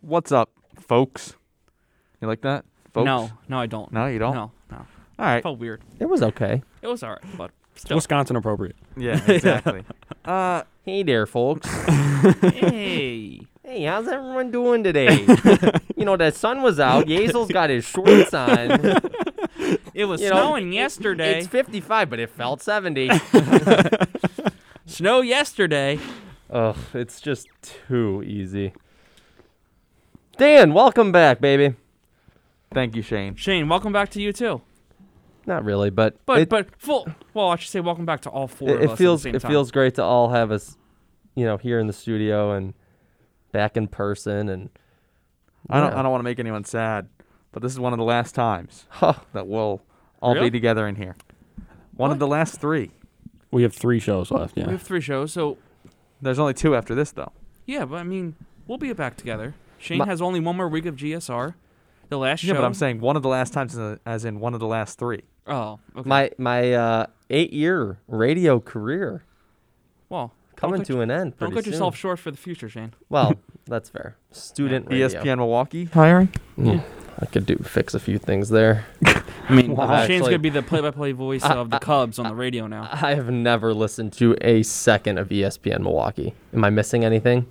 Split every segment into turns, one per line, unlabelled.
What's up, folks? You like that? Folks?
No, no, I don't.
No, you don't?
No, no.
All right.
It felt weird.
It was okay.
It was all right, but
It's
still.
Wisconsin appropriate.
Yeah, exactly. uh,
Hey there, folks.
hey.
hey, how's everyone doing today? you know, the sun was out. Yazel's got his shorts on.
It was
You know,
snowing yesterday.
It's 55, but it felt 70.
Snow yesterday.
Ugh, it's just too easy. Dan, welcome back, baby.
thank you, Shane.
Shane, welcome back to you too.
Not really, but
But
it,
but full. Well, I should say welcome back to all four
it,
of us.
it
at the
feels
same
it
time.
feels great to all have us, you know, here in the studio and back in person and
I don't.
Yeah.
I don't want to make anyone sad, but this is one of the last times
Huh.
that we'll all
Really?
be together in here. One of the last three.
We have three shows left.
We
Yeah.
have three shows, so
There's only two after this, though.
yeah. But I mean, we'll be back together. Shane
My-
has only one more week of GSR. The last
Yeah,
show.
but I'm saying one of the last times, as in- as in one of the last three.
Oh, okay.
my my uh, eight year radio career
well, don't
coming
cut,
to an end.
Don't
pretty
cut
soon.
yourself short for the future, Shane.
Well, that's fair. Student E radio.
ESPN Milwaukee hiring.
Mm, I could do fix a few things there.
I mean,
Wow.
Shane's
Actually-
gonna be the play-by-play voice of the Cubs on the radio now.
I have never listened to a second of E ESPN Milwaukee. Am I missing anything?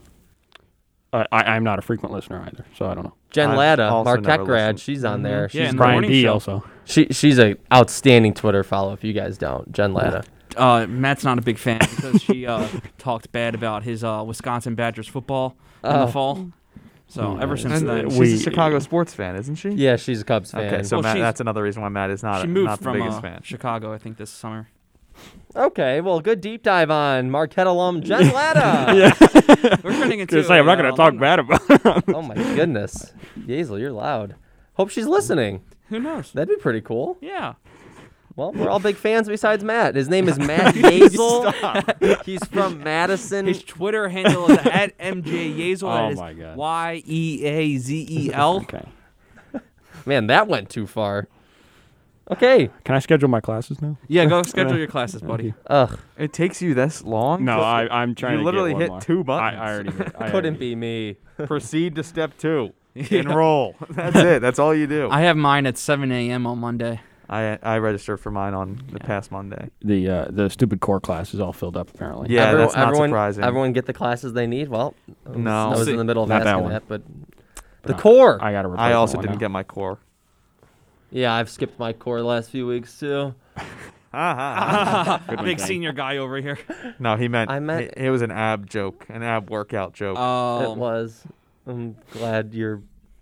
Uh, I, I'm not a frequent listener either, so I don't know.
Jen
I've
Latta,
also
Marquette
never
grad,
listened. Mm-hmm.
she's on there. She's
Yeah, in the
Brian
morning
D.
show.
Also,
she she's a outstanding Twitter follow. If you guys don't, Jen Latta.
Uh, Matt's not a big fan because she uh, talked bad about his uh, Wisconsin Badgers football in
Oh.
the fall. So
Mm.
ever since
And
uh,
then,
she's
she,
we-
a Chicago sports fan, isn't she?
Yeah, she's a Cubs fan.
Okay, so
Well,
Matt,
she's-
that's another reason why Matt is not
she
a,
moved
not the
from
biggest
uh,
fan.
Chicago, I think, this summer.
Okay, well, good deep dive on Marquette alum Jen Latta.
We're turning into.
Just say, I'm not
a,
going
uh,
to talk
alumni.
bad about.
Oh my goodness, Yazel, you're loud. Hope she's listening.
Who knows?
That'd be pretty cool.
Yeah.
Well, we're all big fans besides Matt. His name is Matt Yazel. He's from Madison.
His Twitter handle is at MJ Yezel.
Oh
That is
my God.
Y E A Z E L.
okay.
Man, that went too far. Okay.
Can I schedule my classes now?
Yeah, go schedule your classes, buddy.
Ugh,
It takes you this long.
No,
to-
I, I'm trying.
you
to get
literally
one
hit
more.
two
I,
buttons.
I already did. I already
couldn't be me.
Proceed to step two. Enroll. That's it. That's all you do.
I have mine at 7 a.m. on Monday.
I I registered for mine on the past Monday.
The uh, the stupid core class is all filled up apparently.
Yeah,
everyone,
that's not
everyone,
surprising.
Everyone get the classes they need. Well,
No.
I was in the middle of
Not that
asking
one.
that, but the
no,
core.
I got to.
I also didn't get my core.
yeah, I've skipped my core last few weeks too.
one,
Big
Shane.
senior guy over here.
no, he meant.
I meant-
It, it was an ab joke, an ab workout joke.
It
Oh,
was. I'm glad you're.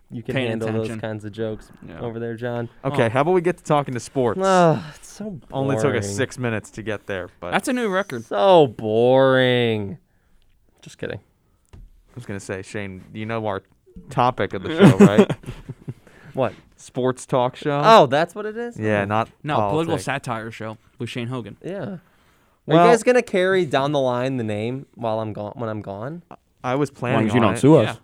You can
Paying
handle
attention.
those kinds of jokes
Yeah.
over there, John.
Oh.
okay, how about we get to talking to sports?
Ugh, it's so boring.
Only took us six minutes to get there, but
that's a new record.
So boring. Just kidding.
I was gonna say, Shane, you know our topic of the show, right?
What?
sports talk show.
Oh, that's what it is.
yeah, not
No, political
politics.
satire show with Shane Hogan.
Yeah. Are
Well-
you guys gonna carry down the line the name while I'm gone? When I'm gone,
I was
As long
planning
as you
on
don't
it.
sue
Yeah.
us.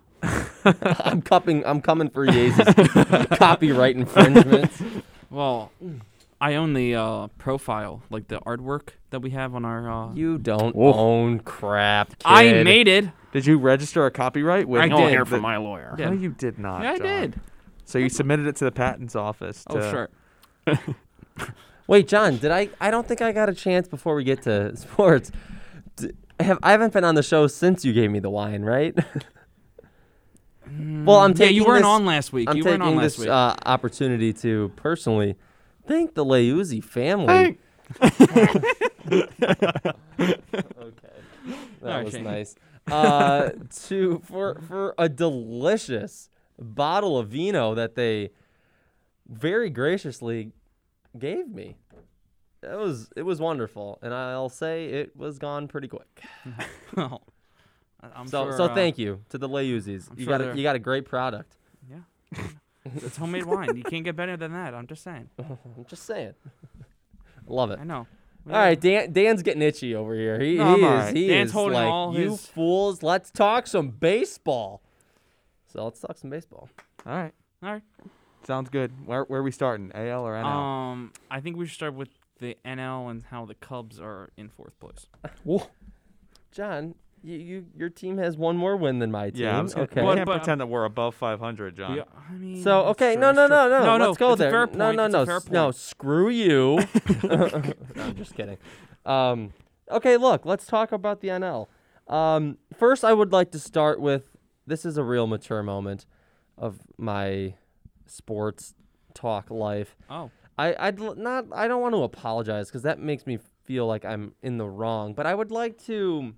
I'm cupping. I'm coming for Yeezy's copyright infringements.
Well,
Mm.
I own the uh, profile, like the artwork that we have on our. Uh,
You don't
Oof.
own crap.
I
kid.
made it.
Did you register a copyright? With
I
No
did,
hear
the-
from my lawyer.
Yeah.
No, you did not.
Yeah, I
John.
did.
So you submitted it to the patents office.
Oh,
to-
sure.
Wait, John, did I? I don't think I got a chance before we get to sports. D- have I haven't been on the show since you gave me the wine, right? well, I'm
Mm. Yeah,
taking.
you weren't
this-
on last week.
I'm
you
taking
weren't on last
this
week.
uh, opportunity to personally thank the Leuzzi family. That
Alright,
was
Shane.
nice. Uh, to for for a delicious bottle of vino that they very graciously gave me. It was it was wonderful, and I'll say it was gone pretty quick.
Oh. I- I'm
so
sure,
so
uh,
thank you to the Leuzis.
I'm
You
sure
got
they're-
a, you got a great product.
It's homemade wine. You can't get better than that. I'm just saying.
I'm just saying, love it.
I know.
All right, Dan, Dan's getting itchy over here. He,
No, I'm
he is.
all right.
He
Dan's
is
holding
like,
all
you
his-
fools. Let's talk some baseball. So let's talk some baseball.
All right.
All right.
Sounds good. Where, where are we starting? AL or NL?
Um, I think we should start with the NL and how the Cubs are in fourth place.
John, You, you your team has one more win than my team.
Yeah, I was gonna-
okay.
we
But-
can't
but- um,
pretend that we're above 500, John.
Yeah, I mean,
So
that's
okay,
true,
no, no,
that's true.
no, no,
no, no.
Let's go
it's
there.
A fair
No,
point,
no,
it's
no,
a fair
s- no.
point.
Screw you. no, I'm just kidding. Um, okay, look, let's talk about the NL. Um, first, I would like to start with this is a real mature moment of my sports talk life.
Oh,
I I'd l- not I don't want to apologize because that makes me feel like I'm in the wrong, but I would like to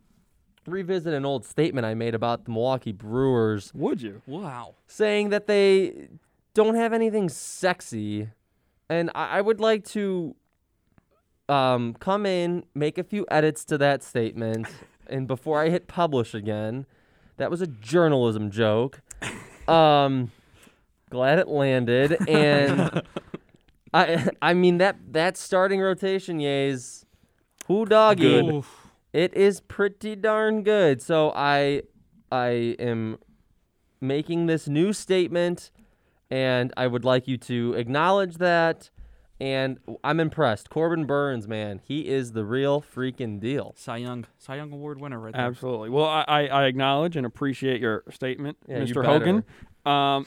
revisit an old statement I made about the Milwaukee Brewers
Would you?
wow.
saying that they don't have anything sexy, and I, I would like to um, come in, make a few edits to that statement, and before I hit publish again, that was a journalism joke. Um, glad it landed, and I I mean that that starting rotation, yays, who doggy?
Oof.
It is pretty darn good. So I I am making this new statement and I would like you to acknowledge that and I'm impressed. Corbin Burns, man, he is the real freaking deal.
Cy Young, Cy Young Award winner, right there.
Absolutely. Well, I, I, I acknowledge and appreciate your statement,
Yeah, you
Mr. Hogan. Um,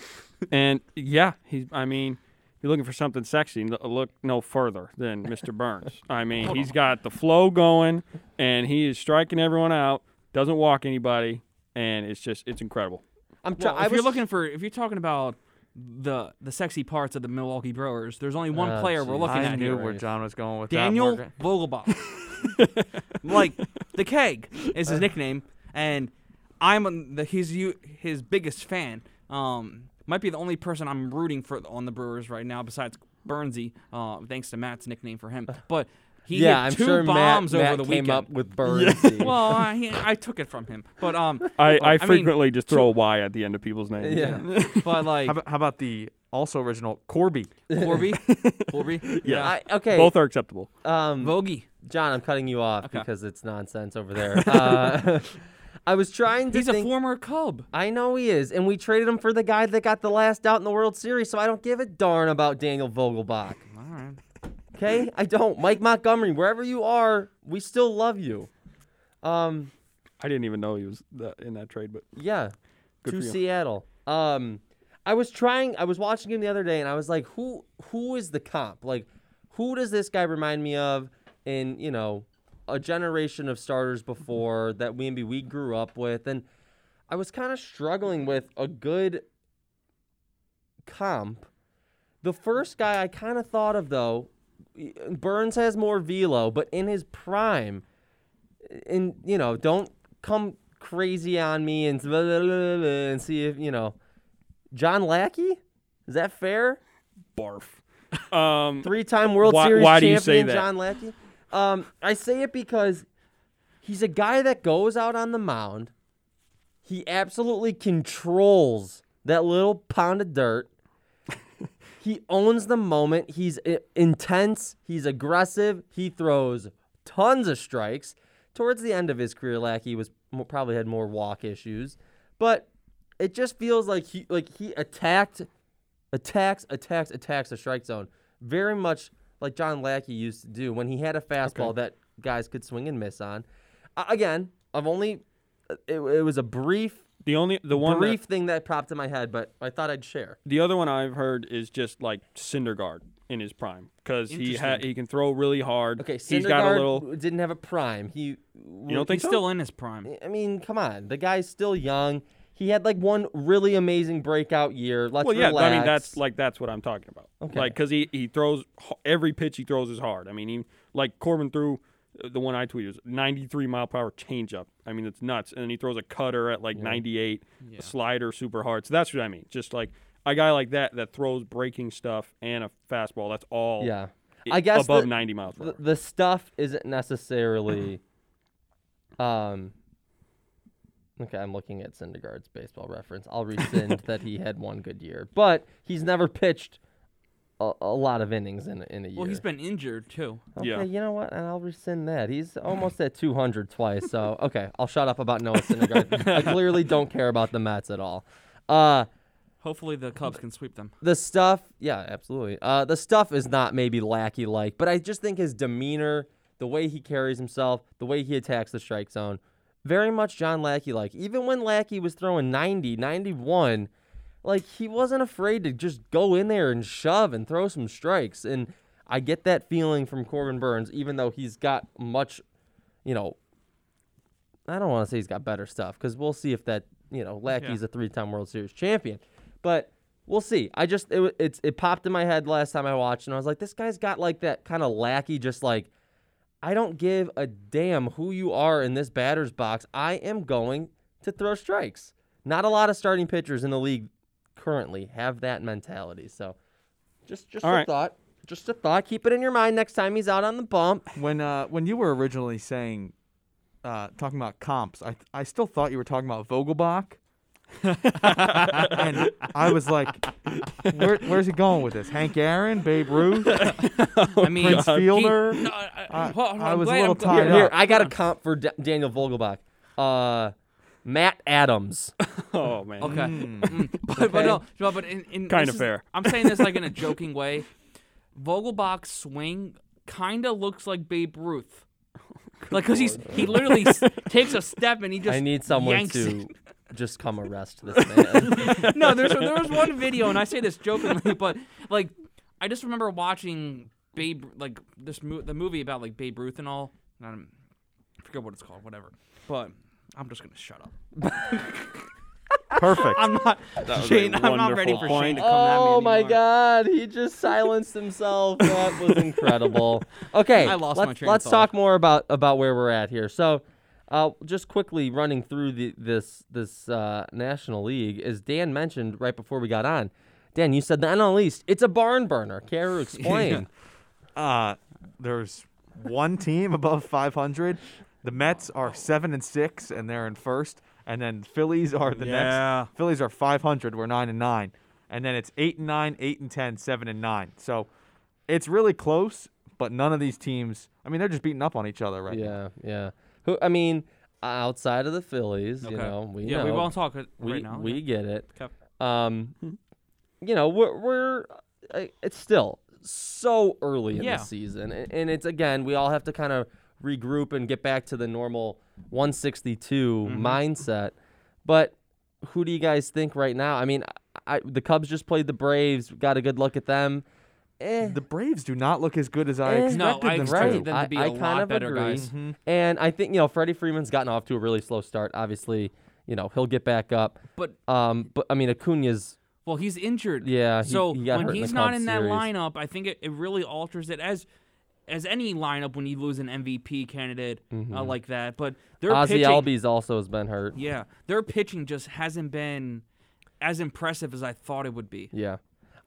and yeah, he's. I mean, you're looking for something sexy. n- Look no further than Mr. Burns. I mean, he's got the flow going, and he is striking everyone out. Doesn't walk anybody, and it's just it's incredible.
I'm try-
Well,
I
if you're
was
looking for, if you're talking about the the sexy parts of the Milwaukee Brewers, there's only one
Oh,
player we're
geez.
looking
I
at
knew
here.
where John was going with
Daniel
that.
Vogelbach. like the keg is
Uh.
his nickname, and I'm on the, his you- his biggest fan. Um, might be the only person I'm rooting for on the Brewers right now besides Bernsey, uh, thanks to Matt's nickname for him. But he hit
Uh, yeah, I'm
two
sure
bombs
Matt,
over
Matt
the
came
weekend.
up with Burns. Yeah.
well, I, he- I took it from him, but um,
I,
Well,
I,
I mean,
frequently just throw a Y at the end of people's names.
yeah.
but like
How about, how about the also original Corby?
Corby, Corby, yeah,
I, okay.
Both are acceptable.
um,
Vogie.
John, I'm cutting you off
Okay.
because it's nonsense over there. Uh, I was trying to
He's a
think
former Cub.
I know he is, and we traded him for the guy that got the last out in the World Series, so I don't give a darn about Daniel Vogelbach.
All right.
Okay? I don't. Mike Montgomery, wherever you are, we still love you. Um,
I didn't even know he was that, in that trade, but
yeah.
Good
to
for you.
Seattle. Um I was trying I was watching him the other day and I was like, who who is the comp? Like, who does this guy remind me of in, you know, a generation of starters before that maybe we grew up with? And I was kind of struggling with a good comp. The first guy I kind of thought of though, Burns has more velo, but in his prime, and you know, don't come crazy on me and blah, blah, blah, blah, blah, and see if you know, John Lackey. Is that fair?
barf. Um,
Three-time World
Why-
Series
why do you
champion
say that?
John Lackey. Um, I say it because he's a guy that goes out on the mound. He absolutely controls that little pound of dirt. he owns the moment. He's i- intense. He's aggressive. He throws tons of strikes. Towards the end of his career, Lackey was mo- probably had more walk issues, but it just feels like he like he attacked, attacks, attacks, attacks the strike zone very much like John Lackey used to do when he had a fastball that guys could swing and miss on. Uh, again, I've only uh, it, it was a brief
the only the one that-
brief thing that popped in my head, but I thought I'd share.
The other one I've heard is just like Cindergard in his prime because he ha-
Interesting.
he can throw really hard.
Okay, Syndergaard
he's got a little.
didn't have a prime. He
You don't think
He's
so?
still in his prime.
I mean, come on. The guy's still young. He had like one really amazing breakout year. Let's
Well, yeah.
relax.
I mean, that's like that's what I'm talking about.
Okay.
Like because he he throws h- every pitch he throws is hard. I mean, he like Corbin threw uh, the one I tweeted was 93 mile per hour changeup. I mean, it's nuts. And then he throws a cutter at like 98, a slider super hard. So that's what I mean. Just like a guy like that that throws breaking stuff and a fastball. That's all.
yeah.
i-
I guess
above
the-
90 miles per hour.
the, the stuff isn't necessarily um okay i'm looking at Syndergaard's baseball reference i'll rescind that he had one good year but he's never pitched a, a lot of innings in, a- in a year
Well, he's been injured too.
okay
Yeah.
you know what and i'll rescind that he's almost at 200 twice so okay i'll shut up about noah Syndergaard i clearly don't care about the mets at all uh
Hopefully the Cubs can sweep them.
the stuff, yeah, absolutely. Uh, the stuff is not maybe lackey like, but I just think his demeanor, the way he carries himself, the way he attacks the strike zone, very much John Lackey like. Even when Lackey was throwing 90, 91, like he wasn't afraid to just go in there and shove and throw some strikes. And I get that feeling from Corbin Burns, even though he's got much, you know, I don't want to say he's got better stuff because we'll see if that, you know, Lackey's a three time World Series champion. But we'll see. I just, it, wa- it's, it popped in my head last time I watched and I was like, this guy's got like that kind of Lackey, just like, I don't give a damn who you are in this batter's box. I am going to throw strikes. Not a lot of starting pitchers in the league currently have that mentality. So just just
All
a
right.
thought. Just a thought. Keep it in your mind next time he's out on the bump.
When uh, when you were originally saying, uh, talking about comps, I I still thought you were talking about Vogelbach, and I was like, Where, where's he going with this? Hank Aaron, Babe Ruth,
I mean,
Prince
he-
Fielder.
no, I,
I-
hold on,
I
I'm
was a
glad
little
I'm glad-
tied
Here,
up.
here, I got a comp for D- Daniel Vogelbach. Uh Matt Adams.
Oh man.
Okay. Mm. But,
Okay.
but no, Joel, but in, in
Kinda
this is-
fair.
I'm saying this like in a joking way. Vogelbach's swing kind of looks like Babe Ruth. Like, cause he's he literally s- takes a step and he just
I need someone
yanks
to just come arrest this man.
it. no, there's there was one video and I say this jokingly, but like I just remember watching Babe like this mo- the movie about like Babe Ruth and all. And I'm, I forget what it's called, whatever. But I'm just gonna shut up.
perfect.
I'm not
was a
Shane. I'm not ready
wonderful
for Shane
point.
to come at me
oh my
anymore.
god, he just silenced himself. That was incredible. Okay,
I lost my
let's,
train of
let's
thought.
talk more about about where we're at here. So, uh, just quickly running through the this this uh, National League, as Dan mentioned right before we got on. Dan, you said the NL East. It's a barn burner. Care to explain?
Uh, there's one team above 500. The Mets are seven and six, and they're in first. And then Phillies are the
Yeah.
next. Phillies are 500. We're nine and nine. And then it's eight and nine, eight and ten, seven and nine. So it's really close, but none of these teams. I mean, they're just beating up on each other right now.
yeah, yeah. Who? I mean, outside of the Phillies, you know, we
yeah,
know.
we won't talk it
we,
right now.
we
yeah.
get it.
Okay.
Um, you know, we're we're uh, it's still so early in
Yeah.
the season, and, and it's again we all have to kind of regroup and get back to the normal 162
Mm-hmm.
mindset. But who do you guys think right now? I mean, I, I, the Cubs just played the Braves, got a good look at them. Eh,
The Braves do not look as good as I
Eh. No,
expected
No, I
them
expected
to.
them
I-
to be
I
a
kind
lot
of
better,
agree. Mm-hmm.
guys.
and I think you know Freddie Freeman's gotten off to a really slow start. Obviously, you know he'll get back up.
But
Um, but I mean Acuna's
well, he's injured.
Yeah, he-
so
he got
when
hurt in the
he's not
Cubs
in that
series.
lineup, I think it, it really alters it as as any lineup when you lose an MVP candidate uh, like that. But their
Mm-hmm. Ozzy
pitching,
Albies also has been hurt.
yeah, their pitching just hasn't been as impressive as I thought it would be.
Yeah,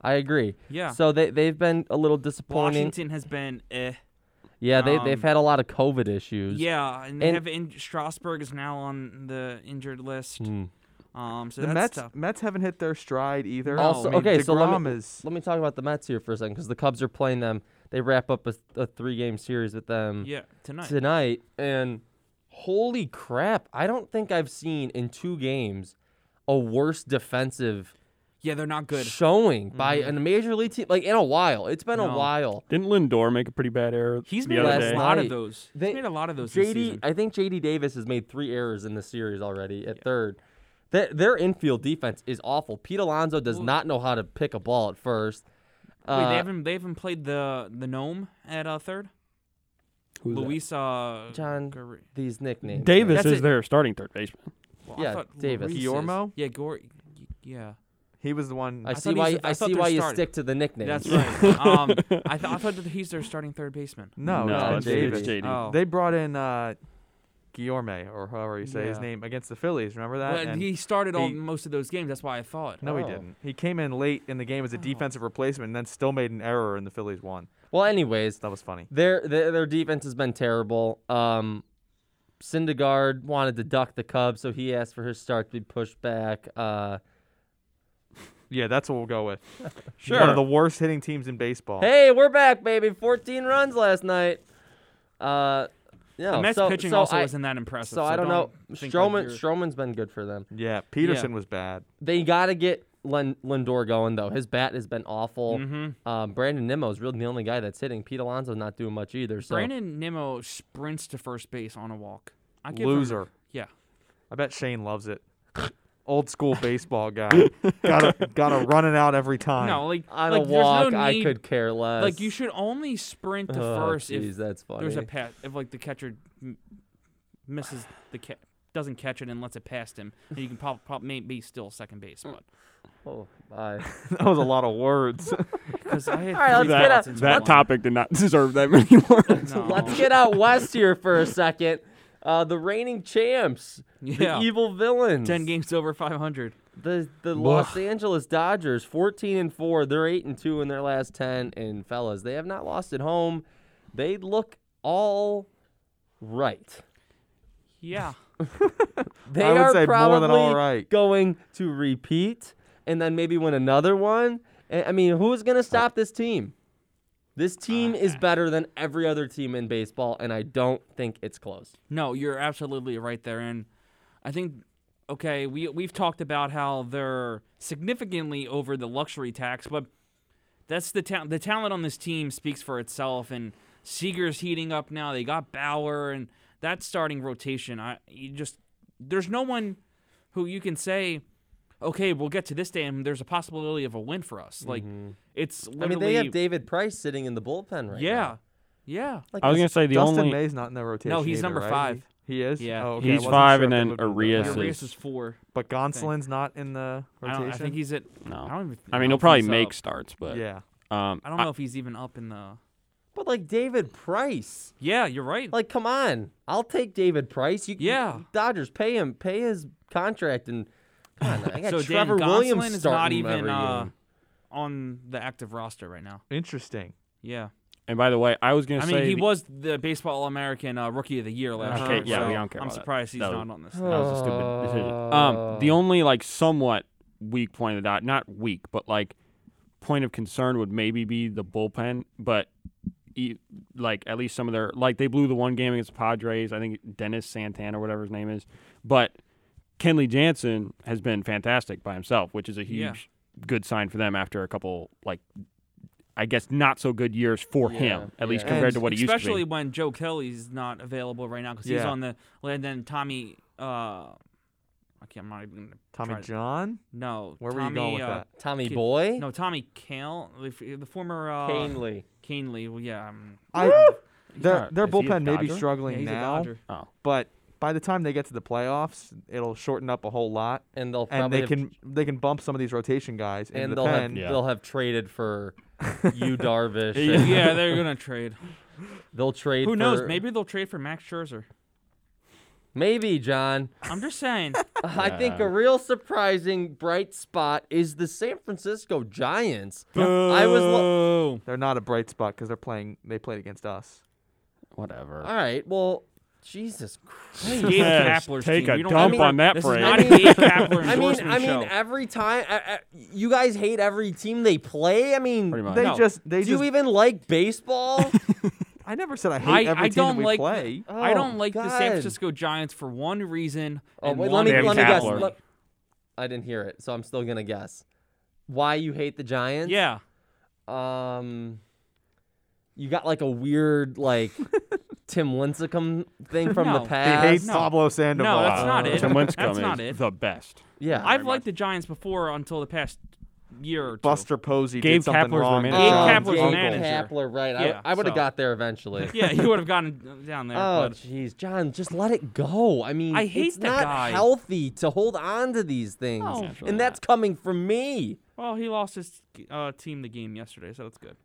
I agree.
Yeah.
So they they've been a little disappointing.
Washington has been eh.
yeah, they they've
um,
had a lot of COVID issues.
Yeah, and they
And-
have in, Strasburg is now on the injured list. Um, so
The
that's
Mets,
tough.
Mets haven't hit their stride either.
Also,
I mean,
okay, so let
DeGrom
me
is.
let me talk about the Mets here for a second because the Cubs are playing them. They wrap up a, a three game series with them
Yeah, tonight.
tonight, and holy crap! I don't think I've seen in two games a worse defensive
Yeah, they're not good. Mm-hmm.
showing by a major league team like in a while. It's been a
No.
while.
Didn't Lindor make a pretty bad error?
He's
the
made
other
last
day?
a lot
night.
of those. He's
They-
made a lot of those this
JD,
season.
I think JD Davis has made three errors in the series already at third. Their, their infield defense is awful. Pete Alonso does not know how to pick a ball at first.
Wait, they
Uh,
haven't they haven't played the the gnome at uh, third.
Who's that?
Luis uh,
John,
Gurri-
these nicknames.
Davis
That's
is
it.
their starting third baseman.
Well, I
Yeah,
thought
Davis.
Luis is-
Guillermo?
Yeah, Gory. y- Yeah,
He was the one.
I,
I
see
thought
why
he's-
you-
I
I
thought
see
they
why you
started.
stick to the nicknames.
that's right. um, I, th- I thought that he's their starting third baseman.
no,
no,
it
it's,
was
it's
Davis.
JD.
Oh,
They brought in uh, Guillorme, or however you say his
Yeah.
name, against the Phillies. Remember that?
Well,
And-
he started all
he-
most of those games. That's why I thought.
no, he
Oh.
didn't. He came in late in the game
Oh.
as a defensive replacement, and then still made an error, and the Phillies won.
Well, anyways,
That was funny.
their, their their defense has been terrible. Um, Syndergaard wanted to duck the Cubs, so he asked for his start to be pushed back. Uh,
Yeah, that's what we'll go with.
Sure.
One of the worst hitting teams in baseball.
Hey, we're back, baby. 14 runs last night. Uh, yeah.
The Mets
so,
pitching
so
also
I,
isn't that impressive.
So, I don't, know.
think
Stroman
like you're-
Stroman's been good for them.
Yeah, Peterson was bad.
They got to get Lin- Lindor going though. His bat has been awful.
Mm-hmm.
Um, Brandon Nimmo's really the only guy that's hitting. Pete Alonso's not doing much either. So
Brandon Nimmo sprints to first base on a walk. I give him-
Loser.
Yeah.
I bet Shane loves it. Old school baseball guy. gotta gotta run it out every time.
No, like
On
like,
a
there's
walk,
no
I
need-
could care less.
Like you should only sprint to
oh,
first
Jeez,
if
that's funny.
there's a pass. If like the catcher m- misses the ca- doesn't catch it and lets it past him, and you can pop pop maybe still second base, but
oh my.
that was a lot of words.
because I had
All right,
three
let's get
outs
a-
in
That
one.
topic did not deserve that many words.
No.
Let's get out west here for a second. Uh, the reigning champs,
Yeah.
the evil villains,
ten games over 500.
the the Los Angeles Dodgers, fourteen and four. They're eight and two in their last ten. And fellas, they have not lost at home. They look all right.
Yeah.
They
I would
are
say more
probably
than all right.
going to repeat and then maybe win another one. I I mean, who's
Uh,
going to stop this team? This team is better than every other team in baseball, and I don't think it's close.
No, you're absolutely right there, and I think okay, we we've talked about how they're significantly over the luxury tax, but that's the talent. The talent on this team speaks for itself, and Seager's heating up now. They got Bauer, and that starting rotation. I you just there's no one who you can say. Okay, we'll get to this day, and there's a possibility of a win for us. Like, it's
I
literally,
mean, they have David Price sitting in the bullpen right
yeah,
now.
yeah.
Like
I was
this-
gonna say the
Dustin
only
May's not in the rotation.
he's
either,
number
right?
five.
He is.
Yeah.
Oh, okay. I
He's
wasn't
five
sure
and
if
then
it would be
Arias
that.
is-
Urias is four.
But Gonsolin's not in the
I,
rotation.
don't, I think he's at.
no.
I don't
I,
even.
mean,
don't
he'll probably
think so.
make starts, but
Yeah.
um,
I don't know if he's even up in the.
but like David Price.
Yeah, you're right.
Like, come on. I'll take David Price. You
Yeah.
Dodgers, pay him, pay his contract and come on, I got
so
Trevor
Dan Gonsolin
Williams
is
starting
not
him
even
every
uh,
game.
on the active roster right now.
Interesting.
Yeah,
And by the way, I was gonna
I
say
mean he
the-
was the baseball All-American uh, Rookie of the Year last
Okay,
year.
yeah,
so
we don't care
I'm
about that.
surprised he's
That
not
was-
on this.
that
list.
was a stupid decision. Um, the
Uh,
only like somewhat weak point of that, not weak, but like point of concern would maybe be the bullpen, but. e- Like at least some of their like they blew the one game against the Padres. I think Dennis Santana, whatever his name is, but Kenley Jansen has been fantastic by himself, which is a huge
Yeah.
good sign for them after a couple like I guess not so good years for
Yeah,
him, at least
yeah.
compared
And
to what he used to be.
Especially when Joe Kelly's not available right now because he's
Yeah.
on the. And then Tommy. Uh, I can't. I'm not even. Gonna
Tommy
try to-
John.
No.
Where
Tommy,
were you going with
uh,
that?
Tommy
Kid-
Boy?
No, Tommy Kale, the, f- the former uh,
Canely.
Canely. Well, yeah, um,
I, their
not-
their
is he a
bullpen may be
Dodger?
yeah,
struggling
he's a
now,
Dodger.
Oh.
but by the time they get to the playoffs, it'll shorten up a whole lot,
And they'll
and
probably
they
have-
can they can bump some of these rotation guys into
and
the
they'll have
pen.
Yeah.
they'll have traded for you Darvish.
Yeah.
and
yeah, they're gonna trade.
They'll trade
Who knows?
for-
Maybe they'll trade for Max Scherzer.
maybe John.
I'm just saying.
I think
Yeah.
a real surprising bright spot is the San Francisco Giants. I was lo-
Oh,
They're not a bright spot because they're playing. They played against us.
Whatever.
All right. Well, Jesus Christ.
Gabe
Yes,
Kapler's
take
team.
a
We don't
dump
have to-
on that
this
parade.
Is not a Gabe Kapler
I mean,
endorsement
I mean,
show.
every time I, I, you guys hate every team they play. I mean,
Pretty much.
They
Uh, No.
just they
do you
just.
even like baseball?
I never said I hate
I,
every team
I
that
don't
we
like
play.
I don't
Oh,
like the San
God.
Francisco Giants for one reason.
Oh,
and
wait,
one
let me
Gabe
let me guess.
Kapler.
Let- I didn't hear it, so I'm still gonna guess. Why you hate the Giants?
Yeah,
Um, you got like a weird like Tim Lincecum thing from
No,
the
they
They
past.
hate
Uh, no.
Pablo Sandoval.
that's not it.
Tim Lincecum
That's
Uh, is
not it.
the best.
yeah,
I've liked the Giants before until the past year or two.
Buster Posey
Gabe
did something
Kapler's
wrong.
their
to
manager.
John's
Gabe Kapler's
uncle.
the manager.
Kapler, right?
Yeah,
I, I would have
so.
got there eventually.
Yeah, you would have gotten down there.
Oh
but
jeez, John, just let it go. I mean,
I hate
it's
that
not
guy. Oh.
healthy to hold on to these things,
No.
Naturally
and that's coming from me.
well, he lost his uh, team the game yesterday, so that's good.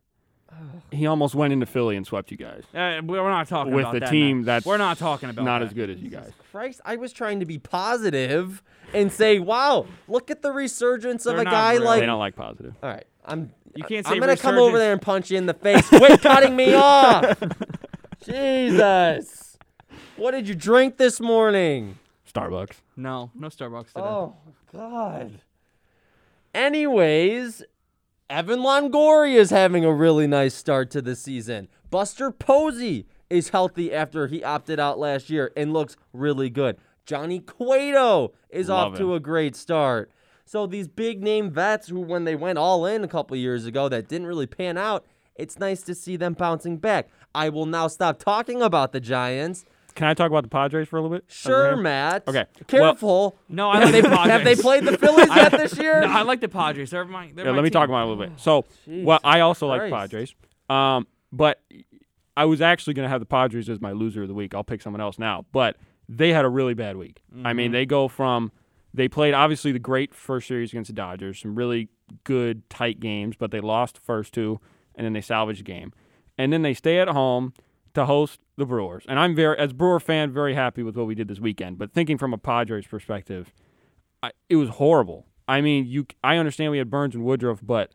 He almost went into Philly and swept you guys
Uh, we're not talking
with
about
the
that
team
now.
that's
we're not talking about
not
that.
as good as you guys.
Christ, I was trying to be positive and say, "Wow, look at the resurgence of
They're
a
not
guy
real.
like."
They don't like positive.
All right, I'm.
You can't
I'm
say
gonna come over
resurgence.
there and punch you in the face. Quit cutting me off. Jesus, what did you drink this morning?
Starbucks.
No, no Starbucks today.
Oh God. Anyways, Evan Longoria is having a really nice start to the season. Buster Posey is healthy after he opted out last year and looks really good. Johnny Cueto is
Love
off to
him.
a great start. So these big name vets who when they went all in a couple years ago that didn't really pan out, it's nice to see them bouncing back. I will now stop talking about the Giants
Can I talk about the Padres for a little bit?
Sure,
Abraham?
Matt.
Okay, well-
Careful.
No, I like the Padres.
Have they played the Phillies yet this year?
No, I like the Padres. They're my. They're
Yeah,
my
let me
team.
talk about it a little bit. So, well, I also like
Christ.
Padres, um, but I was actually going to have the Padres as my loser of the week. I'll pick someone else now, but they had a really bad week. I
Mm-hmm.
mean, they go from they played obviously the great first series against the Dodgers, some really good tight games, but they lost the first two, and then they salvaged the game, and then they stay at home to host the Brewers. And I'm very, as Brewer fan, very happy with what we did this weekend. But thinking from a Padres perspective, I, it was horrible. I mean, you. I understand we had Burns and Woodruff, but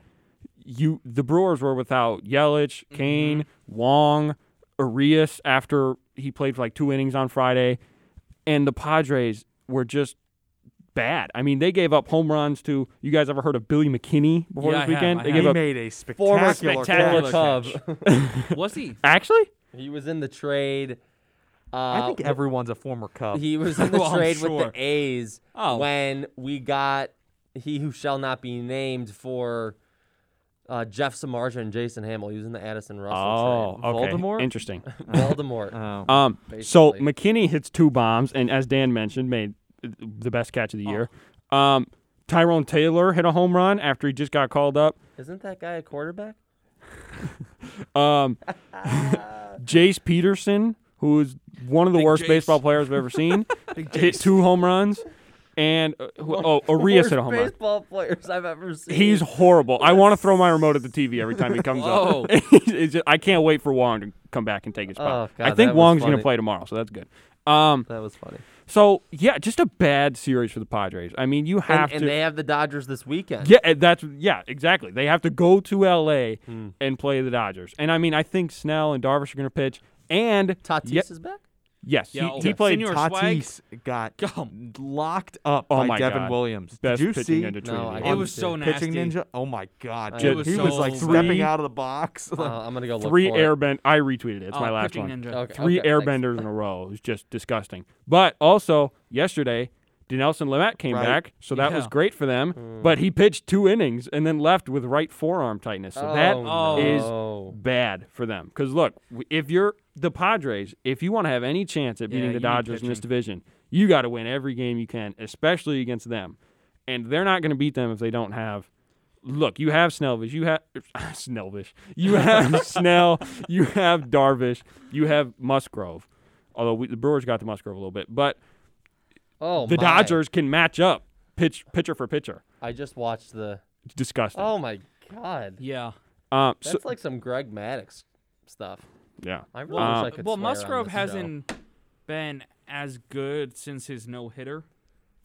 you, the Brewers were without Yelich,
Mm-hmm.
Kane, Wong, Arias after he played for like two innings on Friday, and the Padres were just bad. I mean, they gave up home runs to. You guys ever heard of Billy McKinney before
Yeah, I
this
have,
weekend?
I
they
have.
gave
He
up
made a
Former
spectacular,
spectacular Cub.
catch.
Was he?
actually.
he was in the trade. Uh,
I think everyone's a former Cub.
he was in the
Oh,
Well, I'm
trade
sure.
with the A's
Oh.
when we got he who shall not be named for uh, Jeff Samarja and Jason Hamill. He was in the Addison Russell
Oh, okay.
Voldemort?
Interesting.
trade. Voldemort.
oh.
Um, so
Basically.
McKinney hits two bombs, and as Dan mentioned, made the best catch of
Oh.
the year. Um, Tyrone Taylor hit a home run after he just got called up.
Isn't that guy a quarterback?
Um, Jace Peterson, who is one of the
Big
worst
Jace.
baseball players I've ever seen, hit two home runs, and uh, who- oh, Arias hit a
Worst
home run.
baseball players I've ever seen.
He's horrible. I want to throw my remote at the TV every time he comes
Whoa.
up. It's just- I can't wait for Wong to come back and take his spot.
Oh,
I
God,
think
that was
Wong's going to
funny.
play tomorrow, so that's good. Um,
that was funny.
So yeah, just a bad series for the Padres. I mean, you
And,
have
and
to.
they have the Dodgers this weekend.
yeah, and that's yeah, exactly. They have to go to L.A.
Hmm.
and play the Dodgers. And I mean, I think Snell and Darvish are going to pitch. And
Tatis
Ye-
is back.
yes,
Yeah,
he,
oh,
he
yeah.
played.
Senor- Your swag?
Tatis got
Gum.
locked up
Oh
by
my
Devin
God.
Williams.
Best
Did you
pitching
see
ninja
pitching
trade in
I
the league.
It
didn't
was
see
so nasty.
ninja? Oh my God,
It
dude,
was
he
so
was like
bad.
stepping out of the box.
Uh, I'm gonna go look
three
for it.
airbend. I retweeted it. It's
Oh,
my last
pitching
one.
ninja.
Okay,
Three
okay, thanks.
airbenders in a row. It was just disgusting. But also yesterday, Denelson Lamet came
Right.
back, so that was
Yeah.
great for them.
Hmm.
But he pitched two innings and then left with right forearm tightness. So that
Oh,
is
no.
bad for them. Because look, w- if you're the Padres, if you want to have any chance at
Yeah,
beating
you
the
need
Dodgers in this division, you got to win every game you can, especially against them. And they're not going to beat them if they don't have. Look, you have Snellvish, you have Snellvish, you have Snell, you have Darvish, you have Musgrove. Although we, the Brewers got to Musgrove a little bit, but
Oh,
the
my.
Dodgers can match up pitch pitcher for pitcher.
I just watched the.
It's disgusting.
Oh my god,
Yeah.
Um, so-
that's like some Greg Maddox stuff.
yeah.
I really
Well,
Um,
wish I could.
well
swear on
Musgrove
this
hasn't been as good since his no hitter.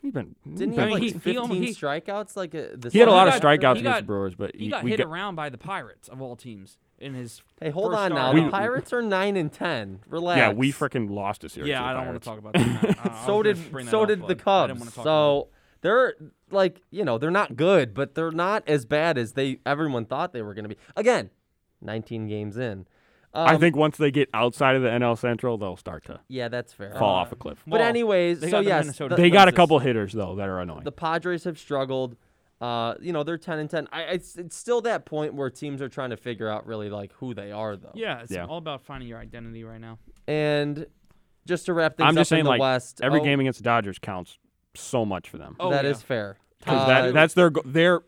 He's been, he's
Show. Didn't he
been
have
I mean,
like
he- he
15
only- he-
strikeouts? Like uh, the
He had a
Well,
lot
he
of
got-
strikeouts
he
against
got-
the Brewers, but
He got
we
hit
got,
around by the Pirates of all teams in his.
Hey, hold
first
on now.
start
The
out.
Pirates are nine and ten. Relax.
yeah, we freaking lost a series.
Yeah,
to the
I don't want
Pirates.
to talk about that. I- I
So
was gonna
did
bring that
so
up,
did the
but I didn't
Cubs.
wanna talk about it.
So they're like you know they're not good, but they're not as bad as they everyone thought they were going to be. Again, 19 games in.
I
Um,
think once they get outside of the NL Central, they'll start to
yeah, that's fair.
fall off a cliff.
But
Uh, Well,
anyways,
they
so
got the
yes,
Minnesota
They got a
Twins.
couple hitters though that are annoying.
the Padres have struggled. Uh, you know they're ten and ten. I, I- it's, it's still that point where teams are trying to figure out really like who they are though.
Yeah, it's
Yeah.
all about finding your identity right now.
And just to wrap things
I'm
up
just saying,
in the
like
West,
every
oh,
game against the Dodgers counts so much for them.
Oh,
that
yeah.
is fair.
'Cause
Uh,
that, that's their go- their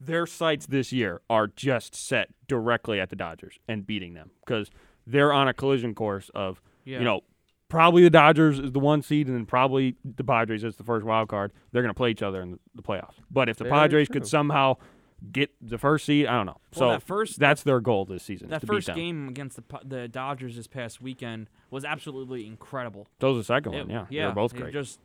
their sights this year are just set directly at the Dodgers and beating them because they're on a collision course of
Yeah.
you know probably the Dodgers is the one seed and then probably the Padres is the first wild card. They're going to play each other in the, the playoffs. But if the
Very
Padres
true.
could somehow get the first seed, I don't know.
Well,
so
that first-
that's their goal this season. is
That
to
first
beat them.
game against the Pa- the Dodgers this past weekend was absolutely incredible.
That was the second
It-
one. Yeah, they're both
it
great.
Just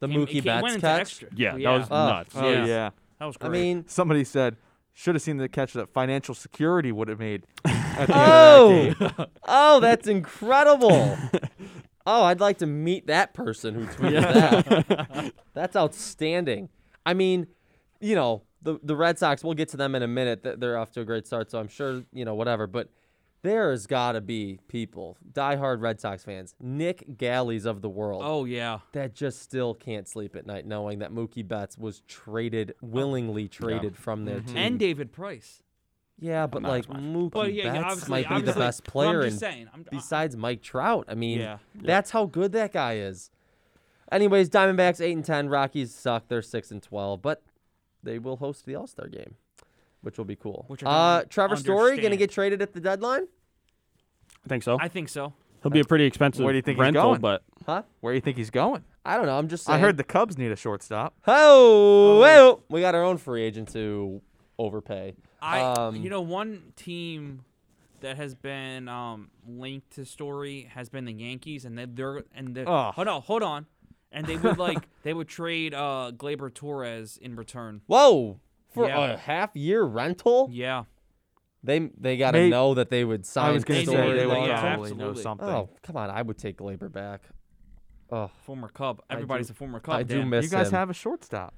the
came- it
Mookie
came- went
Betts
into
catch.
extra.
yeah,
yeah,
that was
Oh,
nuts.
Oh
Yeah.
yeah.
that was
I
great.
mean,
Somebody said, should have seen the catch that financial security would have made. At the
oh,
end of that game.
oh, that's incredible. oh, I'd like to meet that person who tweeted that. that's outstanding. I mean, you know, the the Red Sox. We'll get to them in a minute. Th- They're off to a great start, so I'm sure you know whatever. But there has got to be people, diehard Red Sox fans, Nick Galleys of the world,
oh yeah,
that just still can't sleep at night knowing
Oh. Mm-hmm.
that Mookie Betts was traded, willingly traded from their team.
and David Price.
Yeah, but
not
like
as much.
Mookie
But yeah, yeah,
Betts
obviously,
might be the
obviously-
best
but
player
I'm just
in
saying. I'm, I-
besides Mike Trout. I mean,
Yeah.
that's how good that guy is. Anyways, Diamondbacks eight and ten. Rockies suck. They're six and twelve, but they will host the All Star game, which will be cool.
Which I
uh,
don't
Trevor Story gonna
understand.
get traded at the deadline?
I think so.
I think so.
He'll be a pretty expensive
Where do you think he's
rental,
going?
but
Huh?
Where do you think he's going?
I don't know. I'm just. Saying.
I heard the Cubs need a shortstop.
Oh, well, we got our own free agent to overpay.
I
Um,
you know one team that has been um, linked to story has been the Yankees, and they, they're and the
Ugh.
hold on, hold on, and they would like they would trade uh, Glaber Torres in return.
Whoa. For
Yeah.
a half year rental,
Yeah,
they they gotta
May-
know that they would sign.
I was gonna
They
say
know
Story
they would
that, yeah,
probably know
absolutely.
something.
Oh come on! I would take Glaber back. Oh,
former Cub.
do-
Everybody's a former Cub.
I do
Dan.
miss
you guys
him.
have a shortstop.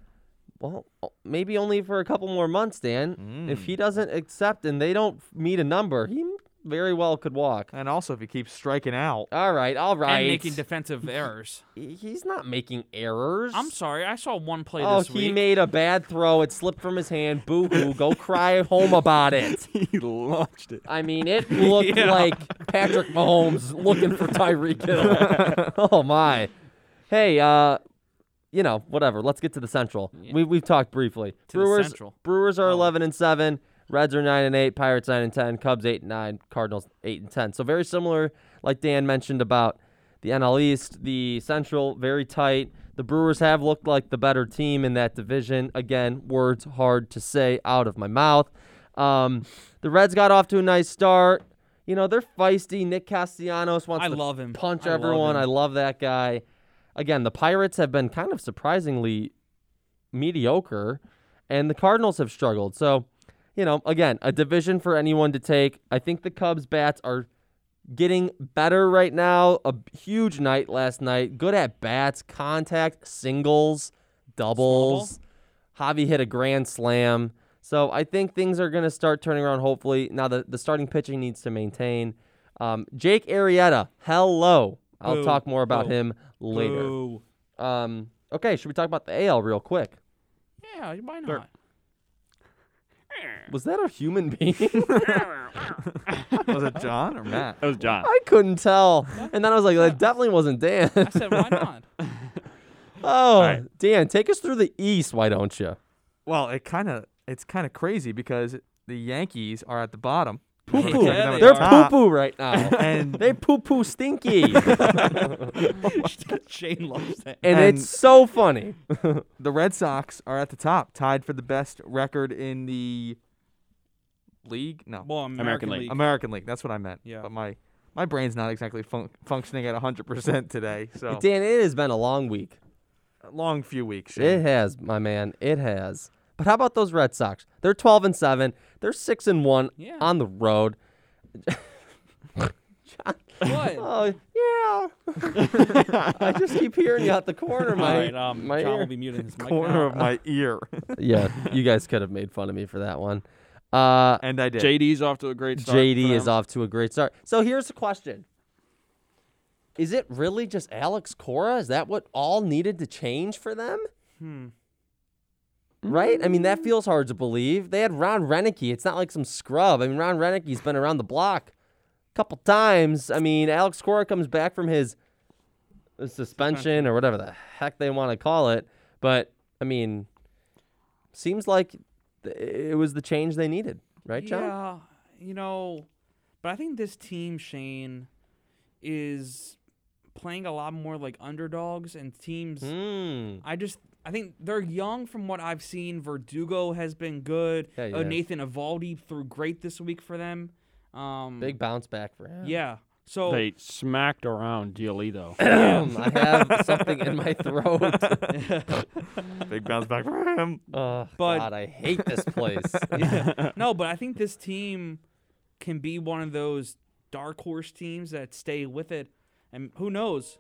well, o- maybe only for a couple more months, Dan. If
Mm.
he doesn't accept and they don't meet a number, he m- very well could walk.
And also, if he keeps striking out,
All right, all right.
and making defensive errors.
He- He's not making errors.
I'm sorry, I saw one play
Oh,
this
he
week.
made a bad throw. It slipped from his hand. Boo hoo. Go cry at home about it.
he launched it.
I mean, it looked
Yeah.
like Patrick Mahomes looking for Tyreek Hill. oh my. Hey, uh, you know, whatever. Let's get to the Central. We we've talked briefly.
the
Brewers
Central.
Brewers
Um,
are eleven and seven. Reds are nine and eight. Pirates nine and ten. Cubs eight and nine. Cardinals eight and ten. So very similar, like Dan mentioned about the NL East, the Central very tight. The Brewers have looked like the better team in that division. Again, words hard to say out of my mouth. Um, the Reds got off to a nice start. You know they're feisty. Nick Castellanos wants
I
to
love him.
punch
I love
everyone.
him.
I love that guy. Again, the Pirates have been kind of surprisingly mediocre, and the Cardinals have struggled. So, you know, again, a division for anyone to take. I think the Cubs bats are getting better right now. A b- huge night last night. Good at bats, contact, singles, doubles. Javi hit a grand slam. So I think things are going to start turning around, hopefully. Now, the, the starting pitching needs to maintain. Um, Jake Arietta, hello. I'll
Boo.
talk more about
Boo.
him later.
Boo.
Um, okay, should we talk about the AL real quick?
Yeah, why not?
Was that a human being?
was it John or Matt?
That was John.
I couldn't tell. And then I was like, that definitely wasn't Dan.
I said why not?
oh,
right.
Dan, take us through the East, why don't you?
Well, it kind of it's kind of crazy because the Yankees are at the bottom.
Poo-poo.
Yeah, they
They're
are.
poo-poo right now.
And-
they poo-poo stinky.
Oh, Shane loves that.
and
And-
it's so funny.
The Red Sox are at the top, tied for the best record in the league. No,
Well, American,
League.
League.
American League. That's what I meant.
Yeah.
But my my brain's not exactly fun- functioning at 100% today.
Oh.
So
Dan, it has been a long week.
a long few weeks.
It
Shane.
has, my man. It has. But how about those Red Sox? They're 12 and 7. They're 6 and 1
Yeah.
on the road.
What?
Oh, yeah. I just keep hearing you out the corner, of
All
my,
right, um,
my
John
ear.
will be muting his mic
Corner
now.
of my ear,
yeah, you guys could have made fun of me for that one. Uh,
and I did.
JD's off to a great start.
JD
for
is
them.
off to a great start. So here's the question: Is it really just Alex Cora? Is that what all needed to change for them?
Hmm.
Right? I mean, that feels hard to believe. They had Ron Renicky. It's not like some scrub. I mean, Ron Renicky's been around the block a couple times. I mean, Alex Cora comes back from his uh, suspension or whatever the heck they want to call it. But I mean, seems like th- it was the change they needed, right, John?
Yeah, you know, but I think this team, Shane, is playing a lot more like underdogs and teams.
Mm.
I just, I think they're young from what I've seen. Verdugo has been good.
Yeah, he
Uh,
has.
Nathan Ivaldi threw great this week for them. Um,
Big bounce back for him.
yeah. So
They smacked around E, Giolito.
I have something in my throat.
Big bounce back for him.
Oh,
But-
God, I hate this place.
Yeah. no, but I think this team can be one of those dark horse teams that stay with it, and who knows?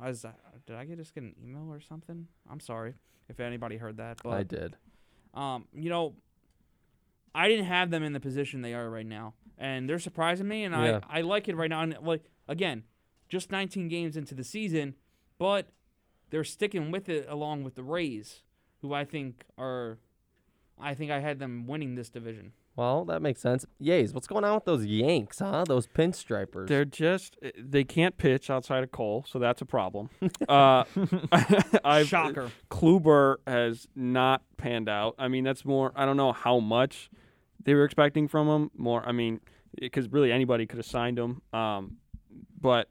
I Was did I get just get an email or something? I'm sorry if anybody heard that,
I
but
did.
um, you know, I didn't have them in the position they are right now, and they're surprising me, and
Yeah.
I I like it right now. And like again, just 19 games into the season, but they're sticking with it along with the Rays, who I think are I think I had them winning this division.
Well, that makes sense. Yays, what's going on with those Yanks, huh? Those pinstripers.
They're just eh, they can't pitch outside of Cole, so that's a problem. uh, I've,
Shocker.
Kluber has not panned out. I mean, that's more. I don't know how much they were expecting from him. More, I mean, because really anybody could have signed him. Um, but